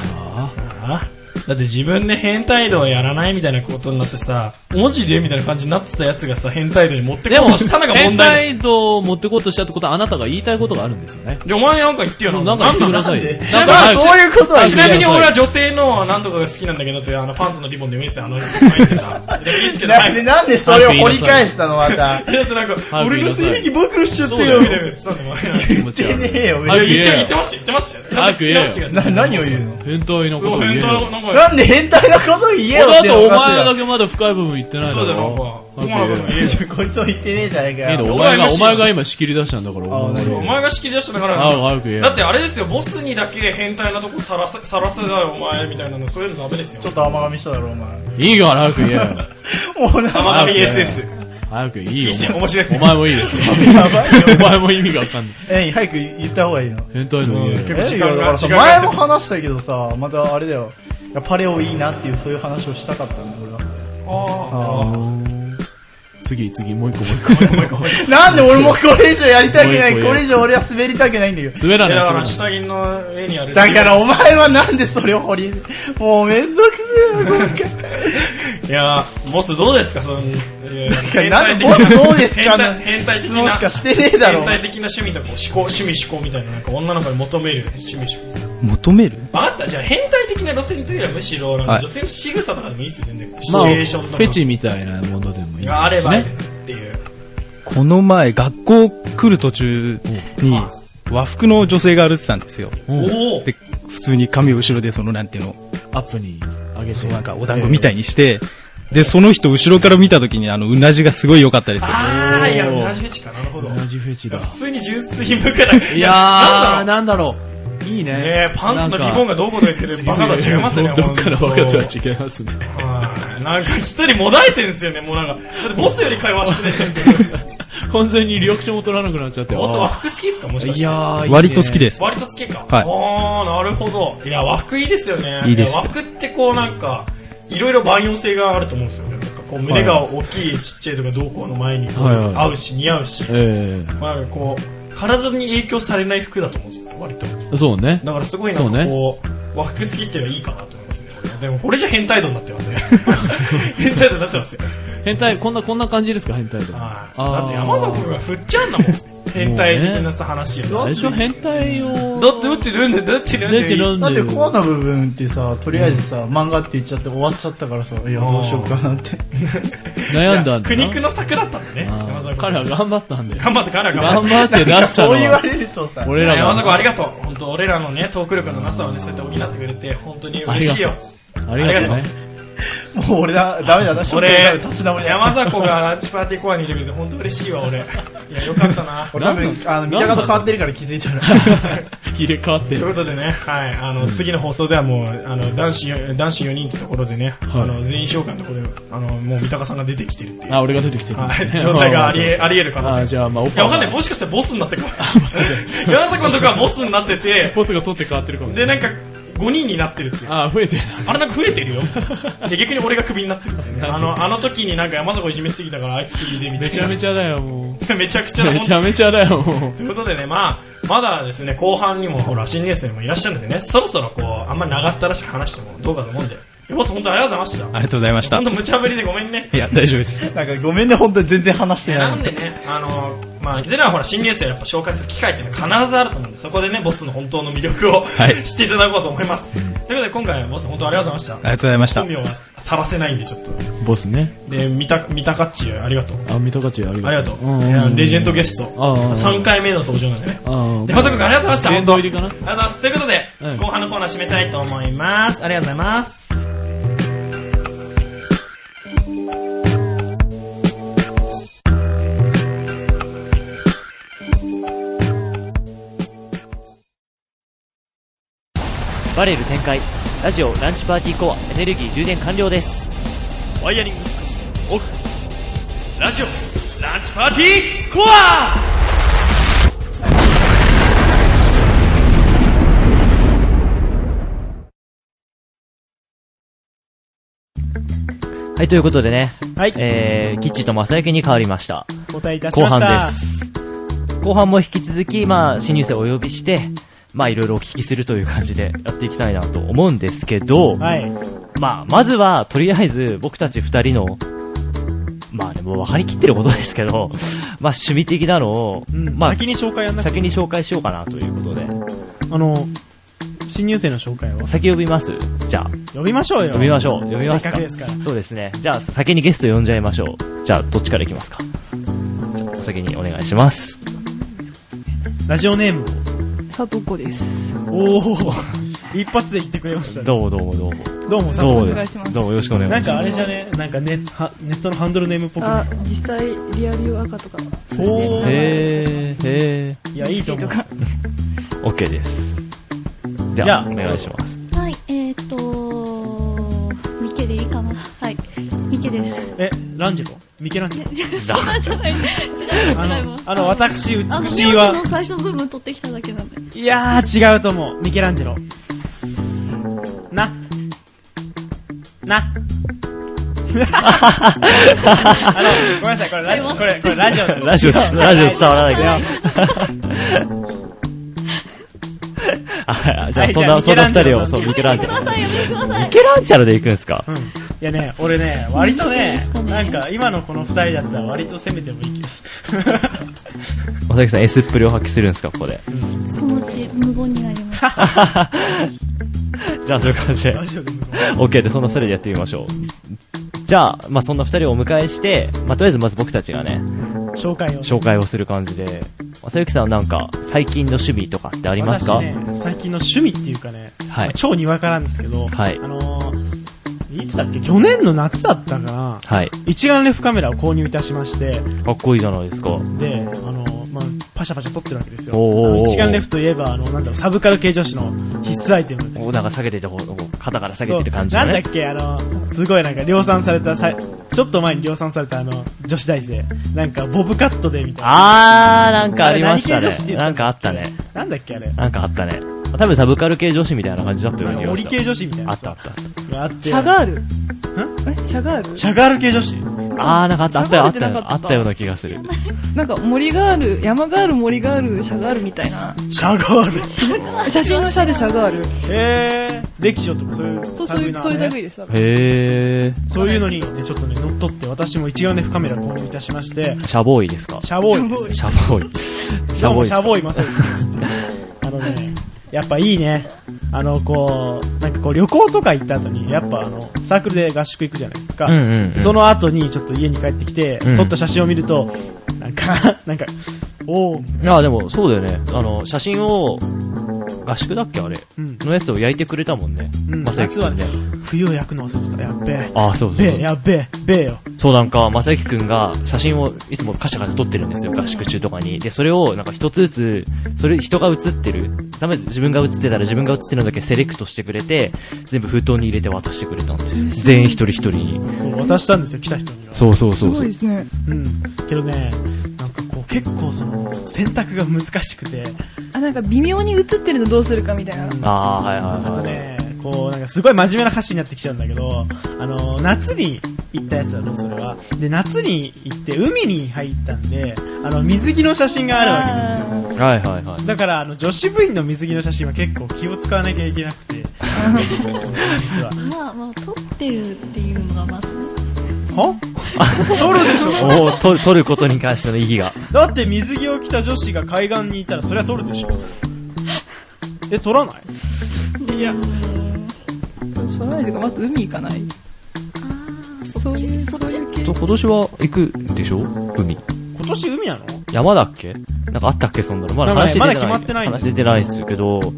[SPEAKER 1] あだって自分で変態度をやらないみたいなことになってさ、文字でみたいな感じになってたやつがさ、変態度に持ってこ
[SPEAKER 3] で
[SPEAKER 1] よう
[SPEAKER 3] も、
[SPEAKER 1] としたのが問
[SPEAKER 3] 変
[SPEAKER 1] 題
[SPEAKER 3] 態度を持ってこうとしたってことは、あなたが言いたいことがあるんですよね。
[SPEAKER 1] でお前なんか言ってよな。
[SPEAKER 3] なんか言ってくださいよ。
[SPEAKER 1] ちな
[SPEAKER 3] なんか
[SPEAKER 1] み
[SPEAKER 2] あ
[SPEAKER 1] に、
[SPEAKER 2] そういうことは
[SPEAKER 1] ちなみに
[SPEAKER 3] はい
[SPEAKER 1] 俺は女性のなんとかが好きなんだけどって、あのパンツのリボンでもいいっすよ、あの、入ってた。でもいいっすけど、は
[SPEAKER 2] ないんで、なんでそれを掘り返したの、また。
[SPEAKER 1] だってなんか、
[SPEAKER 3] 早く
[SPEAKER 1] 俺
[SPEAKER 3] 言い
[SPEAKER 1] の
[SPEAKER 3] なさい
[SPEAKER 1] 性癖暴露しちゃってよ、みたいなやつさ、お前。
[SPEAKER 3] 気持ち
[SPEAKER 2] 言
[SPEAKER 3] 悪
[SPEAKER 2] っ
[SPEAKER 3] い
[SPEAKER 2] てねえよ、
[SPEAKER 1] あ
[SPEAKER 2] 別
[SPEAKER 1] 言って言っ
[SPEAKER 2] に。
[SPEAKER 1] てました、言ってましたよ。
[SPEAKER 3] 早く言えよ
[SPEAKER 1] 聞き直してくださ
[SPEAKER 2] ない何を言うの
[SPEAKER 3] 変態のこ
[SPEAKER 1] も
[SPEAKER 3] と
[SPEAKER 1] う
[SPEAKER 3] 言え
[SPEAKER 1] 変
[SPEAKER 3] よ。
[SPEAKER 1] 態の、なんか、
[SPEAKER 2] なんで変態なこと言えよ
[SPEAKER 3] こ
[SPEAKER 2] っ
[SPEAKER 3] だ
[SPEAKER 2] て
[SPEAKER 3] と
[SPEAKER 2] の
[SPEAKER 3] お
[SPEAKER 2] がおかしい
[SPEAKER 3] 前
[SPEAKER 2] な
[SPEAKER 3] だけまだ深い部分言ってないだ
[SPEAKER 1] そうだろ、
[SPEAKER 3] ろ
[SPEAKER 1] お。前。お前のこと言えよ
[SPEAKER 2] いやこいつは言ってねえじゃねえか
[SPEAKER 3] けど
[SPEAKER 2] よ。
[SPEAKER 3] お
[SPEAKER 1] お
[SPEAKER 3] 前
[SPEAKER 1] 前が
[SPEAKER 3] が、
[SPEAKER 1] 知
[SPEAKER 3] お
[SPEAKER 1] る
[SPEAKER 3] 前が今仕切り出したんだから、お前
[SPEAKER 2] あ
[SPEAKER 1] お前が仕切り出したんだから、
[SPEAKER 3] あ悪く言えよ
[SPEAKER 1] だってあれですよ、ボスにだけ変態なとこさらせ、さらせだよ、お前みたいなの、そういうのダメですよ
[SPEAKER 2] ち。ょっと甘噛みしただろ、お前。
[SPEAKER 3] いいから早く言 えよ。
[SPEAKER 2] もうなんか、
[SPEAKER 1] 甘神
[SPEAKER 3] 早く言え
[SPEAKER 1] SS。
[SPEAKER 3] 早くいいよ。
[SPEAKER 1] 面白いです
[SPEAKER 3] お
[SPEAKER 1] よ。
[SPEAKER 3] 前もいいよ。
[SPEAKER 2] やばいよ。
[SPEAKER 3] お前も意味がわかんない。
[SPEAKER 2] え、早く言った方がいいの。
[SPEAKER 3] 変態の言えよ。
[SPEAKER 1] 結構
[SPEAKER 2] え
[SPEAKER 1] 時
[SPEAKER 2] い
[SPEAKER 1] 間
[SPEAKER 2] やだからさ
[SPEAKER 1] 時間が
[SPEAKER 2] 前も話したけどさ、またあれだよ。いやパレオいいなっていう、そういう話をしたかったんだ、俺は。
[SPEAKER 1] あー
[SPEAKER 3] 次、次、もう一個、もう 一個、もう一個、もう一
[SPEAKER 2] なんで俺もこれ以上やりたくな
[SPEAKER 3] もう一個言え
[SPEAKER 2] い、これ以上俺は滑りたくないんだけど
[SPEAKER 3] 個。。滑ら
[SPEAKER 1] いやだか
[SPEAKER 3] な
[SPEAKER 1] ら
[SPEAKER 3] い、滑
[SPEAKER 1] 下着の絵にある
[SPEAKER 2] だからお前はなんでそれを掘り、もうめんどくせえな、今回。
[SPEAKER 1] いやボスどうですかそのいやいや
[SPEAKER 2] なんでボスどうですか
[SPEAKER 1] 変態変態的
[SPEAKER 2] 質問
[SPEAKER 1] な
[SPEAKER 2] しかしてねえだろ
[SPEAKER 1] 変態的な趣味とか思考趣味思考みたいななんか女の子に求める趣味思考
[SPEAKER 4] 求める
[SPEAKER 1] 分かったじゃあ変態的な路線というよりはむしろなんか
[SPEAKER 4] はい
[SPEAKER 1] 女性の仕草とかでもいいっすよ全然シチ
[SPEAKER 3] まあ、
[SPEAKER 1] ュ
[SPEAKER 3] フ
[SPEAKER 1] エーションとか
[SPEAKER 3] ェチみたいなものでもいい
[SPEAKER 1] があ
[SPEAKER 3] で
[SPEAKER 1] れ
[SPEAKER 3] す
[SPEAKER 1] ば
[SPEAKER 3] ね。
[SPEAKER 1] っていう
[SPEAKER 4] この前、学校来る途中に、和服の女性が歩いてたんですよ。
[SPEAKER 3] う
[SPEAKER 1] お
[SPEAKER 3] ん
[SPEAKER 1] お
[SPEAKER 4] で、普通に髪を後ろで、その、なんていうの、
[SPEAKER 3] アップに上げて。
[SPEAKER 4] そうなんかお団子みたいにして、で、その人後ろから見た時に、あの、うなじがすごい良かったです。
[SPEAKER 1] ああいや同じフェチかなるほど
[SPEAKER 3] 同じフェチだ
[SPEAKER 1] 普。通に純粋無垢ない
[SPEAKER 3] いや
[SPEAKER 1] な
[SPEAKER 3] ー、
[SPEAKER 1] んだろ
[SPEAKER 3] なんだろう。いいう
[SPEAKER 1] ね
[SPEAKER 3] ね
[SPEAKER 1] え。パンツのリボン
[SPEAKER 3] が
[SPEAKER 1] がどうこうとか言ってるバカと違いますね
[SPEAKER 3] どっからバカとは
[SPEAKER 1] 違
[SPEAKER 3] 違いますね。
[SPEAKER 1] はいなんか一人もだえてんすよね、もうなんか。だってボスより会話してないですけど。
[SPEAKER 3] 完全にリアクションも取らなくなっちゃって。
[SPEAKER 1] ボス和服好きですかもしかして。
[SPEAKER 3] いやー、いいね
[SPEAKER 4] 割と好きです。
[SPEAKER 1] 割と好きか。
[SPEAKER 4] はい
[SPEAKER 1] あー、なるほど。いや、和服いいですよね。
[SPEAKER 4] いいです
[SPEAKER 1] や和服ってこうなんか、いろいろ万用性があると思うんですよね。なんかこう胸が大きい、ちっちゃいとかどうこうの前にこう
[SPEAKER 3] はいはい
[SPEAKER 1] 合うし、似合うし。
[SPEAKER 3] え
[SPEAKER 1] まあなんかこう、体に影響されない服だと思うんですよね、割と。
[SPEAKER 3] えそうね。
[SPEAKER 1] だからすごいなん
[SPEAKER 3] そう
[SPEAKER 1] か
[SPEAKER 3] ね
[SPEAKER 1] こう、和服好きっていうのはいいかなと思いますね。でもこれじゃ変態度になって ますね。変態度になってますよ。
[SPEAKER 3] 変態、こんな、こんな感じですか、変態と。
[SPEAKER 1] はい
[SPEAKER 3] あー
[SPEAKER 1] だって山崎君が振っちゃうんだもん。変態的なさ話よ。
[SPEAKER 3] 最初変態を。
[SPEAKER 1] だって打ってるんだよ、だってるんだ
[SPEAKER 3] だって
[SPEAKER 1] よ。
[SPEAKER 3] な
[SPEAKER 2] だっ
[SPEAKER 3] ん
[SPEAKER 2] て
[SPEAKER 3] で
[SPEAKER 2] コアな部分ってさ、とりあえずさ、漫画って言っちゃって終わっちゃったからさ、いや、どうしようかなって。
[SPEAKER 3] 悩んだんだな。
[SPEAKER 1] 苦肉の策だったんだね。山
[SPEAKER 3] あ
[SPEAKER 1] 崎
[SPEAKER 3] ー
[SPEAKER 1] 君
[SPEAKER 3] 彼は頑張ったんだよ。
[SPEAKER 1] 頑張って、彼は頑張
[SPEAKER 3] 頑
[SPEAKER 1] って。
[SPEAKER 3] 張って出したの
[SPEAKER 2] そう言わ
[SPEAKER 3] は。
[SPEAKER 2] れるとさ、
[SPEAKER 3] 俺ら
[SPEAKER 1] 山崎君
[SPEAKER 3] が。
[SPEAKER 1] ありがとう。本当俺らのね、トーク力のなさをね、そうやって補ってくれて、本当に嬉しいよ。
[SPEAKER 3] ありがとうね。
[SPEAKER 2] もう俺だ、ダメだな、正
[SPEAKER 1] 俺
[SPEAKER 2] 直立ち直、りだ
[SPEAKER 1] 山崎君がランチパーティーコアにいてくれて、本当嬉しいわ、俺。いや、よかったな。
[SPEAKER 2] 俺多分、あの、見た方変わってるから気づいたら。
[SPEAKER 3] 切れ替わって
[SPEAKER 1] ということでね、はい、あの、次の放送ではもう、あの、男子、男子4人ってところでね、
[SPEAKER 3] はい
[SPEAKER 1] あの、全員召喚のところで、あの、もう三鷹さんが出てきてるっていう。
[SPEAKER 3] あ、俺が出てきてるんで
[SPEAKER 1] は
[SPEAKER 3] すね。
[SPEAKER 1] い、状態がありえ、あり得る可能
[SPEAKER 3] あ
[SPEAKER 1] 性。
[SPEAKER 3] じゃあ、まあ、オフ
[SPEAKER 1] い
[SPEAKER 3] ァー
[SPEAKER 1] や、わ
[SPEAKER 3] が
[SPEAKER 1] かんない。もしかした らボスになってるかも。山崎君のとこはボスになってて、
[SPEAKER 3] ボスが取って変わってるかもし
[SPEAKER 1] で、
[SPEAKER 3] れな。
[SPEAKER 1] ないんか、 5人になってるっていう。
[SPEAKER 3] ああ、増えてる
[SPEAKER 1] あれなんか増えてるよ。で、逆に俺がクビになってるみたい なね。あの、あの時になんか山坂いじめすぎたからあいつクビでみたいな。
[SPEAKER 3] めちゃめ
[SPEAKER 1] ち
[SPEAKER 3] ちゃだよ、もう。
[SPEAKER 1] ゃ。 めちゃくちゃな
[SPEAKER 3] めちゃめちゃだよ、もう。
[SPEAKER 1] ということでね、まあ、まだですね、後半にも、ほら、新入生にもいらっしゃるんでね、そろそろこう、あんまり長ったらしく話してもどうかと思うんで。ボス、本当ありがとうございま
[SPEAKER 4] ありがとうございまし
[SPEAKER 1] した。
[SPEAKER 4] た
[SPEAKER 1] 本。当無茶ぶりでごめんね。
[SPEAKER 4] いや、大丈夫です。
[SPEAKER 2] なんかごめんね、本当に全然話してない
[SPEAKER 1] な
[SPEAKER 2] の
[SPEAKER 1] ん
[SPEAKER 2] に。
[SPEAKER 1] でね、あの、まあ、いずれはほら、新入生をやっぱ紹介する機会っていうのは必ずあると思うんで、そこでね、ボスの本当の魅力を、
[SPEAKER 4] い
[SPEAKER 1] 知っていただこうと思います。ということで、今回はボス、本当ありがとうござい
[SPEAKER 4] あり
[SPEAKER 1] まし。
[SPEAKER 4] がとうございましたた
[SPEAKER 1] 本。名はさらせないんで、ちょっと。
[SPEAKER 3] ボスね。
[SPEAKER 1] で、三鷹、三鷹っちゅう、ありがとう。
[SPEAKER 3] あ、見たかちあり
[SPEAKER 1] あり
[SPEAKER 3] が
[SPEAKER 1] が
[SPEAKER 3] と
[SPEAKER 1] と
[SPEAKER 3] う。
[SPEAKER 1] う。いやレジェンドゲ
[SPEAKER 3] ス
[SPEAKER 1] スト、
[SPEAKER 3] ああああ
[SPEAKER 1] 3回目の登場なんでね。
[SPEAKER 3] ト。ああ。
[SPEAKER 1] で、まさかありがとうございました。
[SPEAKER 3] 殿堂入りかな
[SPEAKER 1] ありがとうございます。ということで、
[SPEAKER 3] うん
[SPEAKER 1] 後半のコーナー締めたいと思います。ありがとうございます。
[SPEAKER 5] バレル展開ラジオランチパーティーコアエネルギー充電完了です
[SPEAKER 1] ワイヤリング、オフ、ラジオ、ランチパーティー、コア
[SPEAKER 5] はいということでね、
[SPEAKER 2] はい
[SPEAKER 5] えー、キッチと正幸に変わりました
[SPEAKER 2] お答えいた
[SPEAKER 5] 後半です後半も引き続き、まあ、新入生をお呼びしてまあいろいろお聞きするという感じで やっていきたいなと思うんですけど、
[SPEAKER 2] はい。
[SPEAKER 5] まあ、まずはとりあえず僕たち二人のまあねもう分かりきってることですけど まあ趣味的なのを、まあ、
[SPEAKER 4] 先に紹介やんなくて、
[SPEAKER 5] 先に紹介しようかなということで
[SPEAKER 4] あの、新入生の紹介を
[SPEAKER 5] 先呼びますじゃあ
[SPEAKER 4] 呼びましょうよ。
[SPEAKER 5] 呼びましょう呼びます
[SPEAKER 4] せっ
[SPEAKER 5] か
[SPEAKER 4] かくですから。
[SPEAKER 5] そうですね。じゃあ、先にゲスト呼んじゃいましょう。じゃあ、どっちからいきますか。じゃあ、お先にお願いします。
[SPEAKER 4] ラジオネーム
[SPEAKER 6] さとこです。
[SPEAKER 4] を。おお一発で言ってくれましたね。
[SPEAKER 5] どうもどうもどうも。
[SPEAKER 4] どうも、さ
[SPEAKER 5] どう
[SPEAKER 6] お願
[SPEAKER 5] で。
[SPEAKER 6] いしますす
[SPEAKER 5] どうもよろしくお願いし
[SPEAKER 4] な
[SPEAKER 5] ま
[SPEAKER 4] ん
[SPEAKER 5] す。
[SPEAKER 4] かあれじゃね、なんかネはネットのハンドルネームっぽく。
[SPEAKER 6] あ、実際リアル赤とか
[SPEAKER 4] おー
[SPEAKER 5] へー、へ
[SPEAKER 4] いや、いいと思う。
[SPEAKER 5] ー。OK です。
[SPEAKER 4] じ
[SPEAKER 5] で
[SPEAKER 4] ゃ
[SPEAKER 5] は、
[SPEAKER 4] あ
[SPEAKER 5] お願いします。
[SPEAKER 7] はい、えっ、ー、とミケでいいかな。はい、ミケです。
[SPEAKER 4] え、ランジェロミケランジェロ
[SPEAKER 7] あ、じゃない、違う、
[SPEAKER 4] あ
[SPEAKER 7] 違う
[SPEAKER 4] の、あの、私、美
[SPEAKER 7] あの、
[SPEAKER 4] しい
[SPEAKER 7] 名字
[SPEAKER 4] は
[SPEAKER 7] の、最初の部分取ってきただけなんで。
[SPEAKER 4] いやー、違うと思う。ミケランジェロ。な。な。あの、ごめんなさい、これラジオ、これ、これラジオだ。
[SPEAKER 5] ラジオ、ラジオ伝わらないけど。 あじゃ
[SPEAKER 4] は
[SPEAKER 5] あ、
[SPEAKER 4] い
[SPEAKER 5] そ
[SPEAKER 4] じ
[SPEAKER 5] ん
[SPEAKER 4] ゃ
[SPEAKER 5] な、
[SPEAKER 4] あ
[SPEAKER 5] そんな
[SPEAKER 4] ミケラン
[SPEAKER 5] 二
[SPEAKER 4] ジェ
[SPEAKER 5] 人
[SPEAKER 4] ロ
[SPEAKER 5] を、
[SPEAKER 4] さ
[SPEAKER 5] そ
[SPEAKER 4] ん
[SPEAKER 5] う、ミケランジェロ。
[SPEAKER 7] ください、やめてくださ
[SPEAKER 5] ミ
[SPEAKER 7] い。
[SPEAKER 5] ケランジェロで行くんですか
[SPEAKER 4] うん。いやね、俺ね、割とね、なんか今のこの二人だったら割と攻めてもいい気です。
[SPEAKER 5] おさきさん、エスっぷりを発揮するんですか、ここで。
[SPEAKER 7] そのうち無言になります。
[SPEAKER 5] じゃあ、そういう感じで。
[SPEAKER 4] ラジオで向こ
[SPEAKER 5] OK でその2人でやってみましょうじゃあ、まあ、そんな2人をお迎えして、まあ、とりあえずまず僕たちがね
[SPEAKER 4] う紹介を。
[SPEAKER 5] 紹介をする感じで正幸さんなんか最近の趣味とかってありますか、
[SPEAKER 4] 私ね、最近の趣味っていうかね、
[SPEAKER 5] はい
[SPEAKER 4] まあ超にわかなんですけど、
[SPEAKER 5] はい
[SPEAKER 4] あのー、いつだっけ去年の夏だったかな
[SPEAKER 5] はい
[SPEAKER 4] 一眼レフカメラを購入いたしまして、
[SPEAKER 5] かっこいいじゃないですか
[SPEAKER 4] で、あのー、まあ、パシャパシャ撮ってるわけですよ。
[SPEAKER 5] おーおーお
[SPEAKER 4] あ
[SPEAKER 5] ー
[SPEAKER 4] の一眼レフといえば、あの、なんだろう、サブカル系女子の必須アイテム
[SPEAKER 5] おなんか下げてた方肩から下げてる感じ
[SPEAKER 4] そ
[SPEAKER 5] の
[SPEAKER 4] うな
[SPEAKER 5] ね
[SPEAKER 4] んだっけあのすごいなんか量産されたさちょっと前に量産されたあの女子大生なんかボブカットでみたいな
[SPEAKER 5] あーなんかありました
[SPEAKER 4] あれ何系女子って言
[SPEAKER 5] ね
[SPEAKER 4] った
[SPEAKER 5] な
[SPEAKER 4] の
[SPEAKER 5] んかあったね
[SPEAKER 4] なんだっけあれ
[SPEAKER 5] なんかあったね多分サブカル系女子みたいな感じだったよ
[SPEAKER 4] な
[SPEAKER 5] ね
[SPEAKER 4] んか森系女子みたい
[SPEAKER 5] あ
[SPEAKER 4] な
[SPEAKER 5] ったあ
[SPEAKER 4] さ
[SPEAKER 5] った
[SPEAKER 4] があって
[SPEAKER 6] シャガール。えシャガール
[SPEAKER 4] シャガール系女子
[SPEAKER 5] あーなんかあったあったよあった
[SPEAKER 6] なんか
[SPEAKER 5] よあったような気がする
[SPEAKER 6] なんか森ガール、山ガール、森ガール、シャガールみたいな。
[SPEAKER 4] シャガール
[SPEAKER 6] 写真のシャでシャガール。
[SPEAKER 4] えー、歴史をとかそういう
[SPEAKER 6] そう、そういう、そういう類です。
[SPEAKER 5] へー
[SPEAKER 4] そういうのに、ね、ちょっとね乗っ取って私も一眼レフカメラ購入いたしまして
[SPEAKER 5] シャボーイですか
[SPEAKER 4] シャボーイです
[SPEAKER 5] シャボーイシ
[SPEAKER 4] どうも
[SPEAKER 5] です
[SPEAKER 4] シ
[SPEAKER 5] か
[SPEAKER 4] ャボーイまさですあのねやっぱいいねあのこうなんかこう旅行とか行った後にやっぱあのサークルで合宿行くじゃないですか、
[SPEAKER 5] うんうんうん
[SPEAKER 4] その後にちょっと家に帰ってきて、
[SPEAKER 5] うん
[SPEAKER 4] 撮った写真を見ると、なんか、なんか、おー
[SPEAKER 5] ああ、でも、そうだよね。あの、写真を、合宿だっけあれ。
[SPEAKER 4] うん、
[SPEAKER 5] のやつを焼いてくれたもんね。
[SPEAKER 4] うん
[SPEAKER 5] 正幸くんね。
[SPEAKER 4] 冬を焼くの忘れてた。やっべえ。
[SPEAKER 5] ああ、そうそう
[SPEAKER 4] べえ、やっべえ、べえよ。
[SPEAKER 5] そうなんか、正幸くんが写真をいつもカシャカシャ撮ってるんですよ。合宿中とかに。で、それをなんか一つずつ、それ人が写ってる。ダメ、自分が写ってたら自分が写ってるのだけセレクトしてくれて、全部封筒に入れて渡してくれたんですよ。全員一人一人に。
[SPEAKER 4] そう、渡したんですよ、来た人には。
[SPEAKER 5] そうそうそう
[SPEAKER 6] すごいですね。
[SPEAKER 4] うん。けどね、なんかこう、
[SPEAKER 2] 結構その選択が難しくて
[SPEAKER 6] あなんか微妙に映ってるのどうするかみたいな
[SPEAKER 5] ああ、はいはいはい。
[SPEAKER 2] あとねこうなんかすごい真面目な話になってきちゃうんだけどあの夏に行ったやつだとそれはで夏に行って海に入ったんであの水着の写真があるわけですよ
[SPEAKER 5] はいはいはい。
[SPEAKER 2] だからあの女子部員の水着の写真は結構気を使わなきゃいけなくて実は
[SPEAKER 7] まあまあ撮ってるっていうのがまず
[SPEAKER 2] は撮るでしょ
[SPEAKER 5] おお、取る、取ることに関しての意義が。
[SPEAKER 2] だって水着を着た女子が海岸にいたらそれは撮るでしょえ撮らない
[SPEAKER 6] いやその前とかまず海行かない
[SPEAKER 7] あ
[SPEAKER 6] そういう
[SPEAKER 7] そ
[SPEAKER 6] そ
[SPEAKER 7] っ
[SPEAKER 6] う
[SPEAKER 7] ち
[SPEAKER 6] いう系
[SPEAKER 5] と今年は行くでしょ海。
[SPEAKER 2] 今年海なの
[SPEAKER 5] 山だっけなんかあったっけそんなの。まだ
[SPEAKER 2] なんかねまだ
[SPEAKER 5] 話出てない。
[SPEAKER 2] 決まってないんで
[SPEAKER 5] 話
[SPEAKER 2] す
[SPEAKER 5] 出てないですけど、と